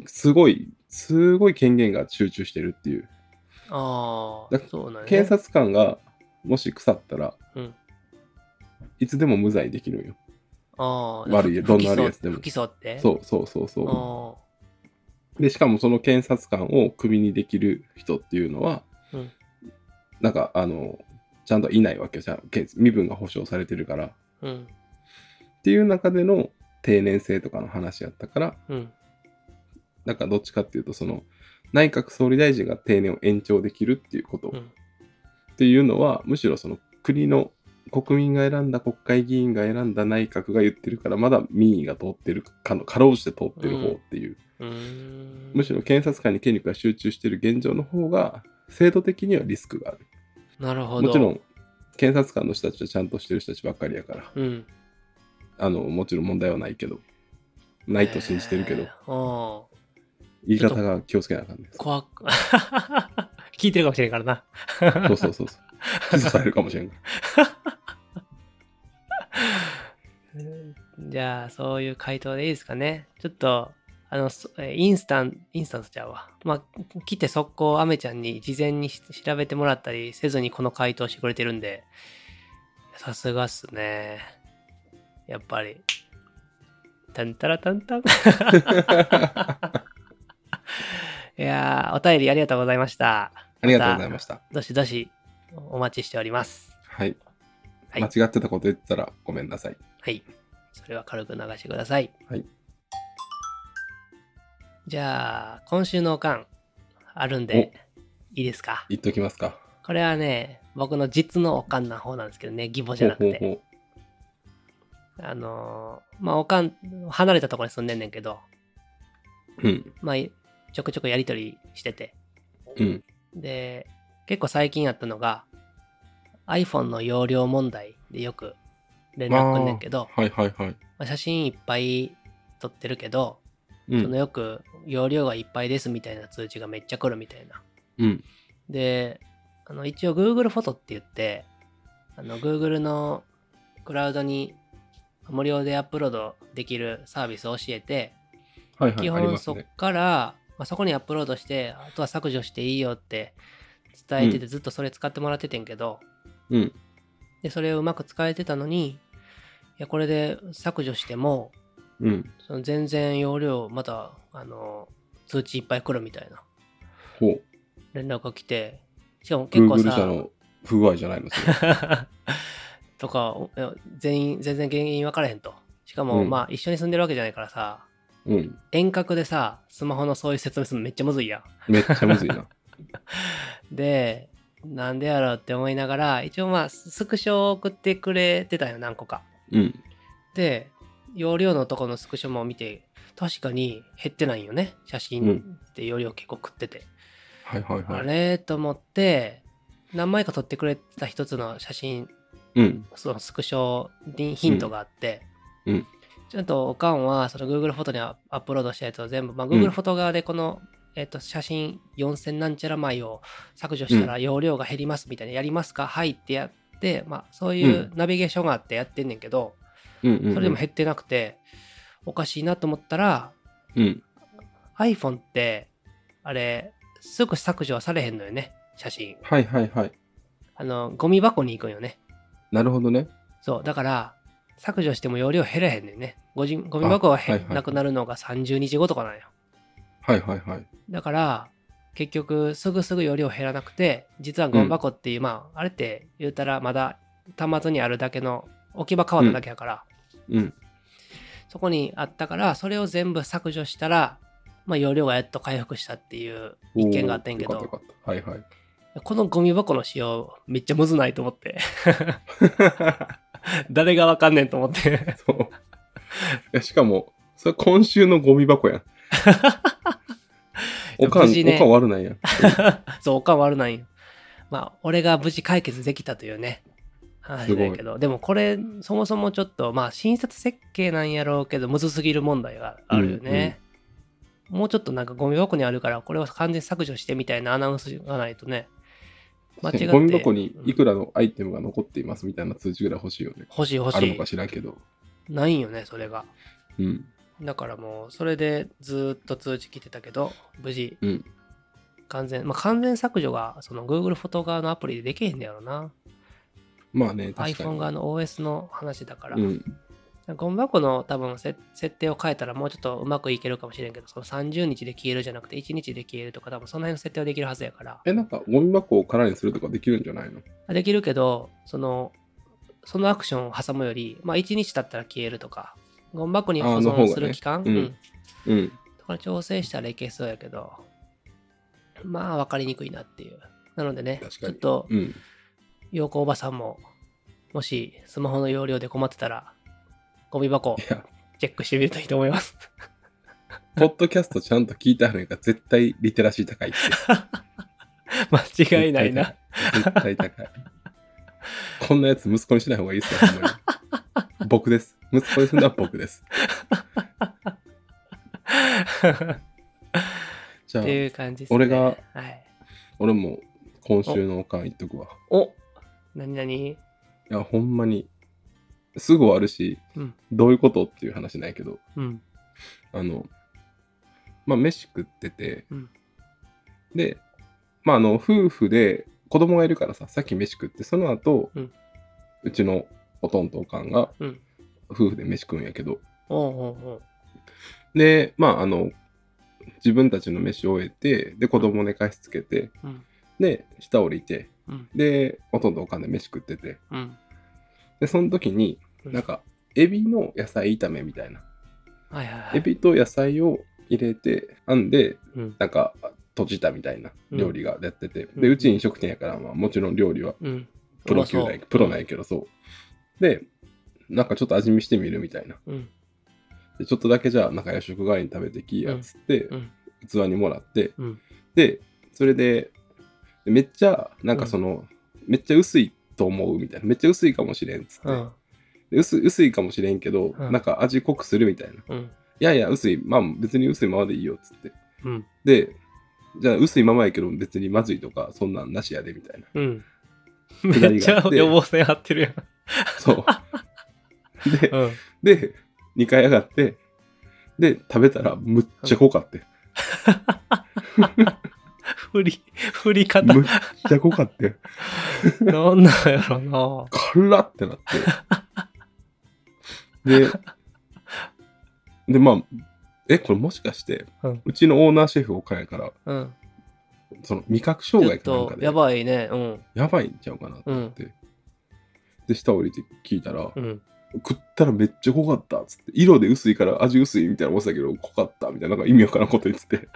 すごいすごい権限が集中してるっていう
ああ
だ、
そうなんやね
検察官がもし腐ったら、
うん
いつでも無罪できるんよ
ああ
悪いどんな悪いやつでも
不起訴不起訴って
そうそうそうそう、
あ
でしかもその検察官をクビにできる人っていうのは、
うん
なんかあのちゃんといないわけじゃんけ身分が保障されてるからっ
あ。うん。
ていう中での定年制とかの話やったから
うん。
なんかどっちかっていうとその内閣総理大臣が定年を延長できるっていうこと、
うん
っていうのはむしろその国の国民が選んだ国会議員が選んだ内閣が言ってるからまだ民意が通ってるかのかろうじて通ってる方っていう、
うーん。
むしろ検察官に権力が集中してる現状の方が制度的にはリスクがある
なるほど。
もちろ。ん検察官の人たちはちゃんとしてる人たちばっかりやから
うん。
あのもちろん問題はないけどないと信じてるけど
へーああ。
言い方が気をつけなあかんね
怖く。 *laughs* 聞いてるかもしれんからな。
そうそうそうそう起訴されるかもし
*laughs*
れんから
じゃあ、そういう回答でいいですかね。ちょっと、あの、そえインスタン、インスタントちゃうわ。まあ、来て速攻、アメちゃんに事前にし調べてもらったりせずにこの回答してくれてるんで、さすがっすね。やっぱり。タンタラタンタン。いやー、お便りありがとうございました。
ありがとうございま
し
した
た。どしどしお待ちしております。
はい
はい
間違ってたこと言ってたらごめんなさい。
はい。それは軽く流してください。
はい。
じゃあ、今週のおかん、あるんで、いいですか
言っときますか。
これはね、僕の実のおかんな方なんですけどね、義母じゃなく
ほう
て。
ほう
あのーまあ、おかん、離れたところに住んでんねんけど、
ほう。うん。
まあ、ちょくちょくやりとりしてて。
うん。
で、結構最近やったのが、iPhone の容量問題でよく連絡くんねんけど、
はいはいはい。
まあ写真いっぱい撮ってるけど、
う
その
ん。
よく容量がいっぱいですみたいな通知がめっちゃ来るみたいな。
うん。
で、あの一応 Google フォトって言って、あの Google のクラウドに無料でアップロードできるサービスを教えて、
はいは
基
い。ありま
本
す
そ
ね。
っから、まあ、そこにアップロードして、あとは削除していいよって伝えて
う
てずっとそれ使ってもらっててんけど、
うん。
で、それをうまく使えてたのに、いや、これで削除しても、
うん。
その全然容量またあの通知いっぱい来るみたいな
ほう。
連絡が来てしかも結構
Google 社
さ
の不具合じゃないのそれ
*laughs* とかおいや全員全然原因分からへんとしかも、
うん
まあ一緒に住んでるわけじゃないからさ
うん。
遠隔でさスマホのそういう説明するのめっちゃむずいや
めっちゃむず
*laughs*
いな。
んでなんでやろうって思いながら一応まあスクショを送ってくれてたよ何個か
うん。
で容量のとこのスクショも見て確かに減ってないんよね写
う
真って容量結構食ってて、
はいはいはい。
あれと思って何枚か撮ってくれた一つの写真
うん。
そのスクショにヒントがあって、
うんうん
ちゃんとおかんはその Google フォトにアアップロードしたやつを全部、まあ、
うん
Google フォト側でこの、えっと写真4000なんちゃら枚を削除したら容量が減りますみたいな、やりますかはいってやって、まあ、そういううナビゲーションがあってやってんねんけど、
うんうんうん。
それでも減ってなくておかしいなと思ったら
うん。
iPhone ってあれすぐ削除はされへんのよね写真。
はいはいはい。
あの、ゴミ箱に行くんよね。
なるほどね。
そう、だから、削除しても容量減らへんねんね。ゴジゴミ箱が減
あはいはいはい
なくなるのが30日後とかなんよ。
はいはいはい。
だから、結局、すぐすぐ容量減らなくて、実はゴミ箱っていう、まあ、あれって言うたら、まだ端末にあるだけの、置き場変わっただけやから、
うん。
そこにあったから、それを全部削除したら、まあ、容量がやっと回復したっていう一件があってんけ
おーよ
ど
か、ったよかったはいはい。
このゴミ箱の使用、めっちゃむずないと思って。 *laughs* 誰がわかんねんと思って。
そう。い *laughs* やしかも、それ今週のゴミ
*laughs*
箱やん。おか
無
ん、
事ね
おかん悪ないやん。
そう、おかん悪ないよ。まあ、俺が無事解決できたというね、話だけど、でもこれ、そもそもちょっと、まあ、診察設計なんやろうけど、むずすぎる問題があるよね。もうちょっとなんかゴミ箱にあるから、これを完全削除してみたいなアナウンスがないとね、間違って。
ゴミ箱に
うん
いくらのアイテムが残っていますみたいな通知ぐらい欲しいよね。
欲しい欲
あ
し
るのか
い。
知らんけど。
ないんよね、それが。
うん。
だからもう、それでずーっと通知来てたけど、無事、
うん
完全、まあ、完全削除が、その Google フォト側のアプリでできへんだよな。
まあね、確か
iPhone
に。
側の OS の話だから、
うん。
ゴミ箱の多分せ設定を変えたらもうちょっとうまくいけるかもしれんけど、その30日で消えるじゃなくて1日で消えるとか、多分その辺の設定はできるはずやから、
え、なんかゴミ箱を空にするとかできるんじゃないの
できるけど、その、そのアクションを挟むより、まあ1日経ったら消えるとか、ゴミ箱に保
あの方が
存
ね
する期間、
うんうん。
だから調整したらいけそうやけど、まあ分かりにくいなっていう。なのでね、
確
ち
か
ょ
に
っと
うん。
陽子おばさんも、もしスマホの容量で困ってたら、ゴミ箱
いや、
チェックしてみるといいと思います。 *laughs*
ポッドキャストちゃんと聞いてはるんやから絶対リテラシー高いって。
間違いないな。
絶対高い。こんなやつ息子にしない方がいいですよ、ほんまに僕です。息子にするのは僕です。じゃ
っ
あ、
ていう感じですね。
俺が、
はい。
俺も今週のおかん言っとくわ。
お何々
いや、ほんまに、すぐ終わるし、
うん
どういうことっていう話なんやけど、
うん。
あの、まあ、飯食ってて、
うん
で、まあ、あの、夫婦で子供がいるからさ、さっき飯食って、その後、
うん
うちのおとんとおかんが
うん。
夫婦で飯食うんやけど、
おうおうおう。
で、まあ、あの、自分たちの飯を終えて、で、子供寝かしつけて、
うん。
で、下降りて、
うん。
で、おとんとおかんで飯食ってて、
うん。
で、その時に、
うん
なんか、エビの野菜炒めみたいな。
はいはいはい。
エビと野菜を入れて、編んで、
うん。
なんか、閉じたみたいな料理がやってて。
うん
で、うち飲食店やから、まあ、もちろん料理は
うん。
プロ級なん
う
や
まそう
プロなんやけど、そう。で、なんかちょっと味見してみるみたいな。
うん。
でちょっとだけじゃあ、なんか夜食代わりに食べてきやつって、
うん。
器にもらって、
うん
で、それで、でめっちゃ、なんかその、めっちゃ薄いと思うみたいな。めっちゃ薄いかもしれんっつって。
うん。
で薄薄いかもしれんけど、
うん
なんか味濃くするみたいな。い
うん。
やいや、薄い。まあ別に薄いままでいいよっつって。
うん。
で、じゃあ薄いままやけど別にまずいとか、そんなんなしやでみ
*laughs*
たいな。
うん。
下りがあって
めっちゃ予防線張ってるやん。
そう。で、
うん。
で、2回上がって、で、食べたらむっちゃ濃かって。
振り、振り方。
むっちゃ濃かって。
なんなんやろな。
辛ってなって。で、で、まあ、え、これもしかして、
うん
うちのオーナーシェフ岡やから、
うん。
その味覚
ち
障
ょっ
害かなん
と
か、で
やばいね。うん。
やばいんちゃうかなと思って、で下降りて聞いたら、 *laughs*
うん。
食ったらめっちゃ濃かったっつって色で薄いから味薄いみたいな思ってたけど濃かったみたいななんか意味わからんこと言って *laughs* て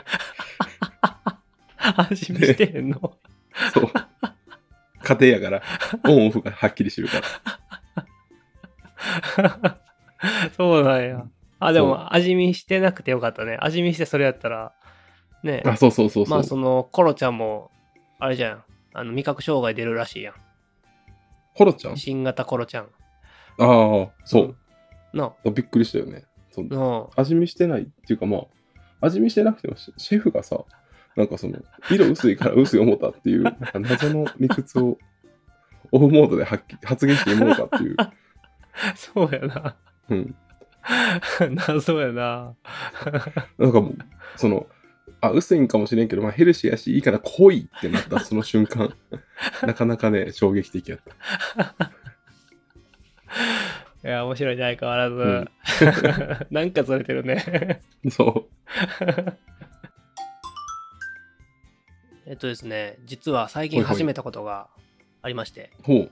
味見してへんの。
そう家庭やからオンオフがはっきりしてるから
*laughs* そうなんや。あ、で
そ
も味見してなくてよかったね。味見してそれやったら、ね。
あそうそうそうそう、
まあその、コロちゃんも、あれじゃん。あの味覚障害出るらしいやん。
ホロちゃんあ
新型コロちゃん。
あーそう、
の、
びっくりしたよねそう
の、
味見してないっていうかまあ味見してなくてもシシェフがさなんかその色薄いから薄い思ったっていうなんか謎の理屈をオフモードで発揮発言していいものかっていう、
*laughs* そうやな。
うん、
謎やな。
なんかもうそのあ薄いんかもしれんけど、まあ、ヘルシーやしいいから濃いってな
*laughs*
ったその瞬間なかなかね衝撃的やった
いや、面白いね、相変わらず。
うん
*laughs* なんかずれてるね。 *laughs*
そ
えっとですね、実は最近
ほいほい
始めたことがありまして、
うほう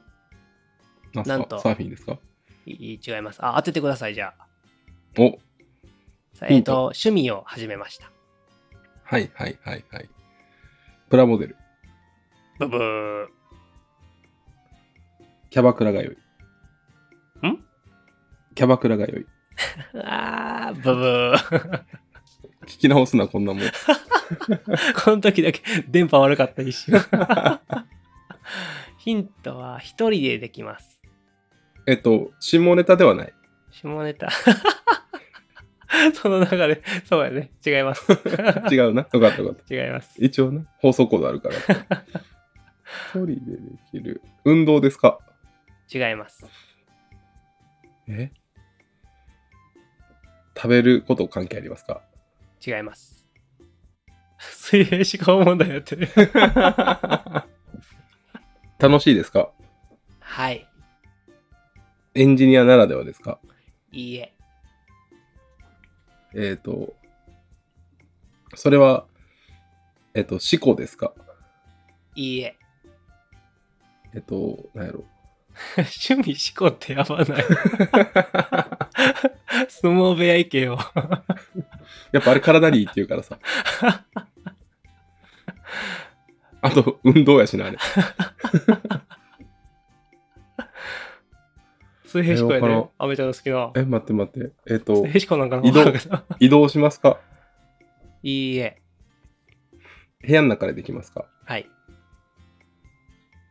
なんすか
なんと
サーフィンですか
いい違います。あ、当ててください、じゃあ。
お
さえっと、趣味を始めました。
はいはいはいはいプラモデル
ブブー。
キャバクラが良い
ん
キャバクラが良い
あー、ブブー。 *laughs*
聞き直すなこんなもん
この時だけ電波悪かった一瞬。 *laughs* ヒントは一人でできます。
えっと、下ネタでは
*laughs*
ない。
下ネタ。その流れ、そうやね。違います。 *laughs*
違うな。よかったよかった。
違います。
一応な、放送コードあるから。
*laughs*
一人でできる。運動ですか
違います。
え食べること関係ありますか
違います。 *laughs* 水平思考問題やってる。 *laughs*
楽しいですか
はい。
エンジニアならではですか
いいえ。
えっ、と、それは、えっ、と、思考ですか
いいえ。
えっ、と、なんやろ。
*laughs* 趣味思考ってやばない。相撲部屋行けよ。
やっぱあれ体にいいって言うか
*laughs*
らさ。あと、運動やしな、あれ。
水平思考や
え
で、
わから
ね
ん、
アメちゃんの好きな。
え、待って待って。えっ、と
*laughs* 水、平思考なんかなわからんけど
移動しますか
いいえ。
部屋の中でできますか
はい。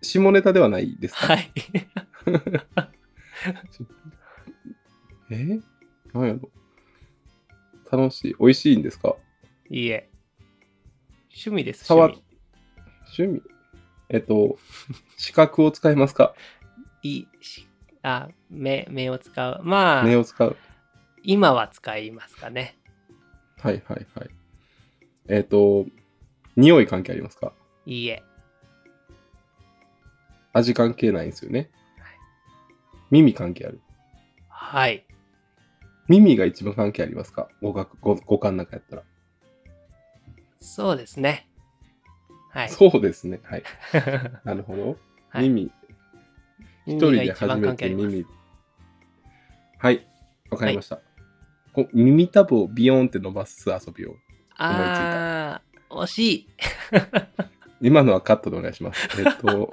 下ネタではないですか、
はい。 *laughs*
えなんやろ楽しい。美味しいんですか
いいえ。趣味です。
触
趣
っ趣味えっ、と、視覚を使いますか
味。いいし。あ、目、目を使う。ま
目
あ、
を使う。
今は使いますかね。
はいはいはい。えっ、と、匂い関係ありますか
いいえ。
味関係ないんですよね。耳関係ある。
はい。
耳が一番関係ありますか語学語語感の中やったら、
そうですね。はい。 *laughs*
そうですねはいなるほど、
はい
耳一
耳
人
が
で
一
初
番
め
関係あ
て
ります。
耳。はい、わかりました。こう耳たぶをビヨーンって伸ばす遊びを。
あー、惜しい。
今のはカットでお願いします。えっ
*laughs*
と、
も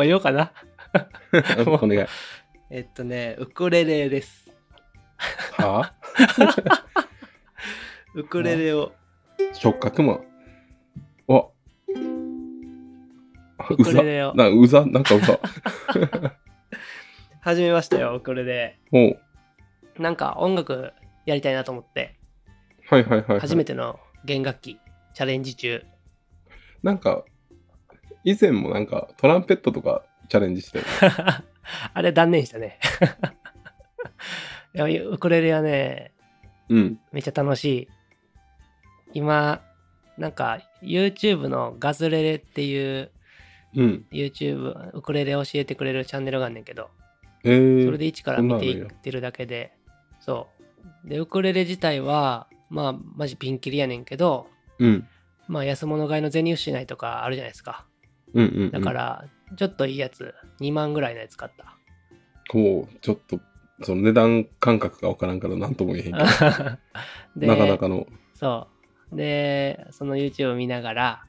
う言おうかな。
お願い。は
えっとね、ウクレレです。
あ
ウクレレを、
触覚も。あ
ウ
う
ク
ざ
レレを
なうざなんか
*laughs*
うざ。
始めましたよ、ウクレレ。
もう、
なんか音楽やりたいなと思って、
はいはいはい、はい。
初めての弦楽器、チャレンジ中。 *laughs*
なんか、以前もなんかトランペットとかチャレンジしてる。
あれ断念したね。 *laughs* いやウクレレはね、
うん。
めっちゃ楽しい。今、なんか YouTube のガズレレっていう
うん。
YouTube ウクレレ教えてくれるチャンネルがあんねんけど、
えー、
それで一から
そんな
見
の
て
いい
い
よ
ってるだけで、そう。で、ウクレレ自体は、まあ、マジピンキリやねんけど、
うん。
まあ、安物買いの銭失いとかあるじゃないですか。
うんうん、うん。
だか。ら、ちょっといいやつ、2万ぐらいのやつ買
*laughs*
った。
こう、ちょっと、その値段感覚がわからんから何とも言えへんけど
で、
なかなかの。
そう。で、その YouTube を見ながら、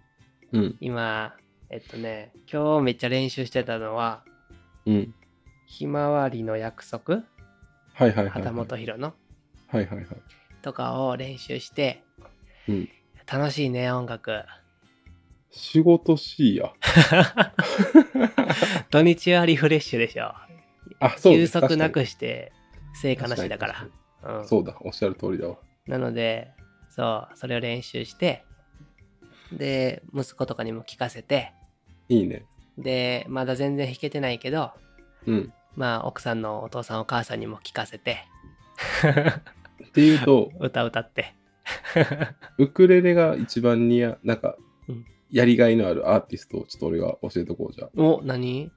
うん。
今、えっとね、今日めっちゃ練習してたのは、
うん。
ひまわりの約束、
はいはいはい、はい。
旗本博の、
はいはいはい。
とかを練習して、
うん
楽しいね、音楽。
仕事しいや。
*laughs* 土日はリフレッシュでしょ。
あ、そう
休
です
息な
確かに
くして、成果なしだから。
確
うん
そうだ、おっしゃる通りだわ。
なので、そう、それを練習して、で、息子とかにも聞かせて、
いいね。
で、まだ全然弾けてないけど、
うん。
まあ、奥さんのお父さんお母さんにも聞かせて、 *laughs*
っていうと、
歌歌って。
ウクレレが一番似合う、なんか
うん、
やりがいのあるアーティストをちょっと俺が教えとこうじゃあ。
*laughs* お、何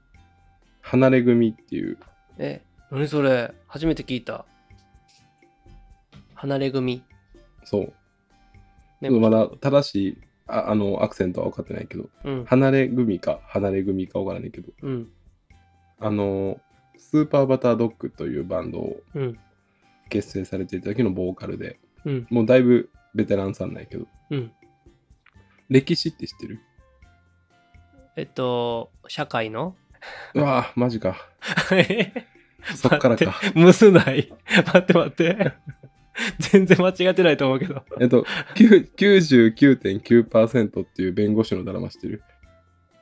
離れ組っていう、
え、何それ初めて聞いた。離れ組。
そう。
ね
まだ正しいああのアクセントは分かってないけど、
うん。
離れ組か離れ組か分からないけど、
うん。
あの、スーパーバタードッグというバンドを
うん。
結成されていた時のボーカルで、
うん。
もうだいぶベテランさんなんやけど、
うん。
歴史って知ってる
えっと、社会の
うわぁ、マ
*laughs*
ジか。
え
そっからか。
*laughs* むすない。待って待って。全然間違ってないと思うけど。
えっと、9 99.9%っていう弁護士のドラマ知ってる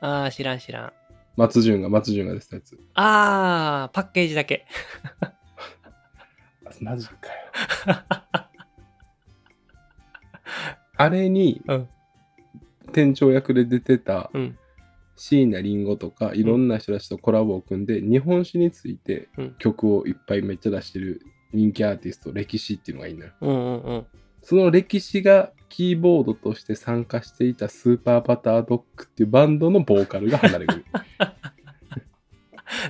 ああ、知らん知らん。
松潤が松潤が出てたやつ。
ああ、パッケージだ *laughs* け。
マジかよ。あれに
うん。
店長役で出てた
うん。
椎名林檎とかいろんな人たちとコラボを組んで、日本酒について
うん
曲をいっぱいめっちゃ出してる人気アーティスト歴史っていうのがいいのよ。
うんうんうん。
その歴史がキーボードとして参加していたスーパーバタードッグっていうバンドのボーカルが離れ
*laughs*
組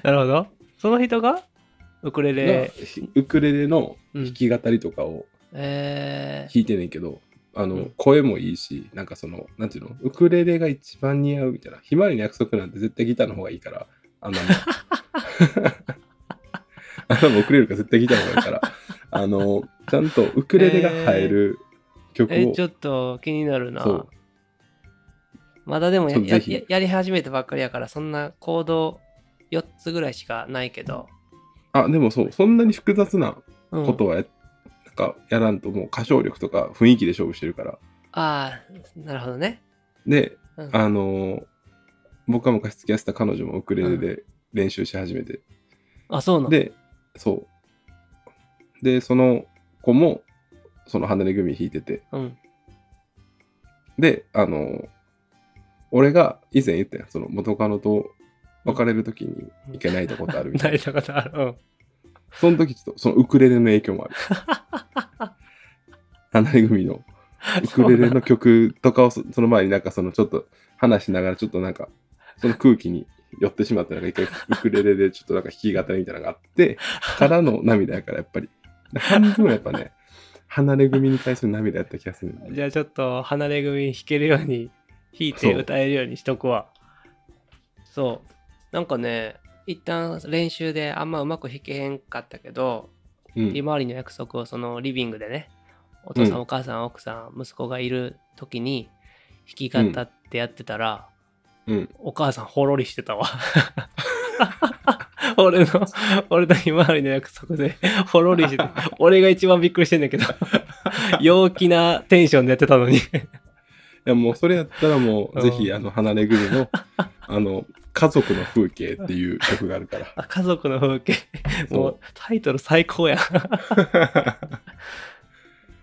なるほど。その人がウクレレ。
がひウクレレの
うん
弾き語りとかを
え
弾いてんねんけど、あの、
うん
声もいいし、なんかその、なんていうの、ウクレレが一番似合うみたいな。ひまわりの約束なんて絶対ギターの方 *laughs* がいいから、あんなもん。あんなもんウクレレよりか絶対ギターの方がいいから、あの、ちゃんとウクレレが入る曲
ー、
を、
え、ちょっと気になるな
そう。
まだでもや
ちょっと
や
ぜひ
ややり始めてばっかりやから、そんな行動4つぐらいしかないけど。
あ、でもそう、そんなに複雑な
うん
ことはや、なんかやらんともう歌唱力とか雰囲気で勝負してるから。
ああ、なるほどね。
で、
うん
あの僕が昔付き合ってた彼女もウクレレで練習し始めて、
あ、そうなの。
で、そう。で、その子も、その離れ組弾いてて、
うん。
で、あの、俺が以前言ったやん、その元カノと別れる時に行けないとことあ
*laughs*
るみた
慣
い
れ
な。
たことある。うん
その時ちょっと、そのウクレレの影響もある。離れ組のウクレレの曲とかをそ、その前になんかそのちょっと話しながら、ちょっとなんか、その空気に寄ってしまったなんか一回ウクレレでちょっとなんか弾き語りみたいなのがあって、からの涙やからやっぱり。で半分はやっぱね、離れ組に対する涙やった気がするんだよね。
じゃあちょっと離れ組弾けるように弾い
そ
て
う
歌えるようにしとくわ。そう。なんかね、一旦練習であんまうまく弾けへんかったけど、
うん
ひまわりの約束をそのリビングでね、お父さん、
うん
お母さん、奥さん、息子がいる時に弾き語ってやってたら、
うん
お母さんほろりしてたわ。 *laughs* 俺の、俺のひまわりの約束で *laughs* ほろりして
*laughs*
て、俺が一番びっくりしてんだけど、陽気なテンションでやってた
*laughs*
のに。
いやもうそれやったらも
う
うんぜひあの離れ組のあの家族の風景っていう曲があるから
あ家族の風景。
そう
もうタイトル最高や
*laughs*
ん。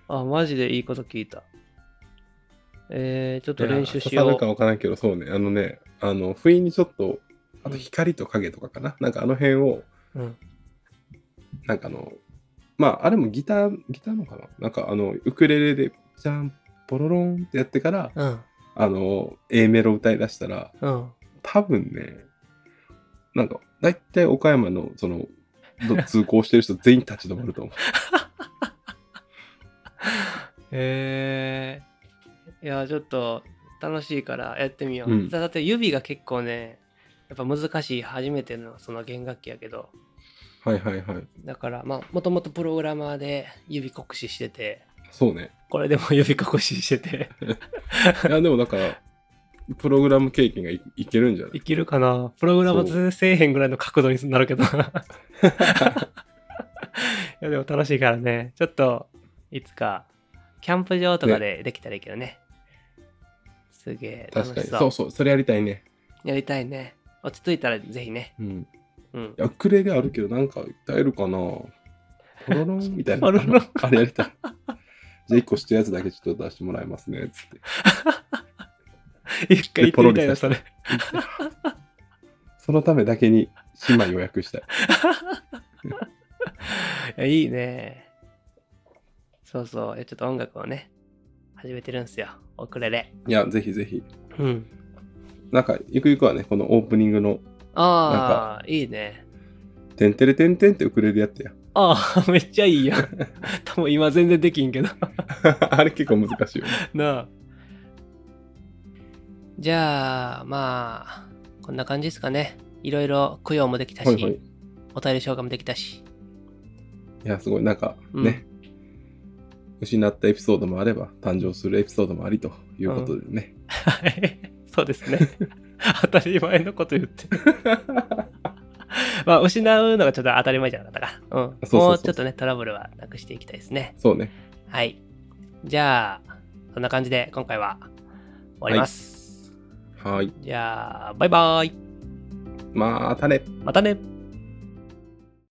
あ、マジでいいこと聞いた。えー、ちょっと練習し
いや刺さ
よ
るか
う。
わからんけどそうねあのねあの不意にちょっとあと光と影とかかな、なんかあの辺を
うん、
なんかあのまああれもギターギターのかななんかあのウクレレでジャンポロロンってやってから
うん、
あの A メロ歌いだしたら
うん。
多分ねなんか大体岡山のその
*laughs*
ど通行してる人全員立ち止まると思う
*laughs* えー、いや、ちょっと楽しいからやってみよう。
うん
だだって指が結構ね、やっぱ難しい、初めてのその弦楽器やけど、
はいはいはい。
だから、まあ、もともとプログラマーで指酷使してて、
そうね。
これでも *laughs* 指酷使してて、
いや、でもだから、プログラム経験がいいけるんじゃない
いけるかなプログラマーせえへんぐらいの角度になる
*laughs*
けど。いや、でも楽しいからね。ちょっと、いつか、キャンプ場とかでできたらいいけどね。すげえ楽
確か
しそ
に。
う
そうそう、それやりたいね。
やりたいね。落ち着いたらぜひね。
うん。い
うん。
や、ウクレレあるけど、なんか歌えるかなポロロン
*laughs*
みたいな。
ポロロン
あれやりたい。じゃあ、1個してるやつだけちょっと出してもらいますね、つって。
一回行ってみたいな、それ。
そのためだけに、島予約したい。
いやいいね。そうそう。いやちょっと音楽をね、始めてるんすよ。ウクレレ。
いや、ぜひぜひ。
うん。
なんか、ゆくゆくはね、このオープニングの、
ああ、いいね。
てんてれてんてんってウクレレやってや。 *laughs*
あ *laughs* あ、めっちゃいいやん。多分今全然できんけど。 *laughs*
あれ結構難しいよね。
なあ。じゃあ、まあ、こんな感じですかね。いろいろ供養もできたし、
はいはい。い
お便り消化もできたし。
や、すごい、なんか、
うん
ね、失ったエピソードもあれば誕生するエピソードもありということでね、
はい。 *laughs* そうですね。当たり前のこと言って。 *laughs* まあ、失うのがちょっと当たり前じゃなかったか。うん。
そうそうそう
もうちょっとね、トラブルはなくしていきたいですね。
そうね
はい。じゃあ、そんな感じで今回は終わります。
はい
じゃあ、バイバイ。
またね
またね。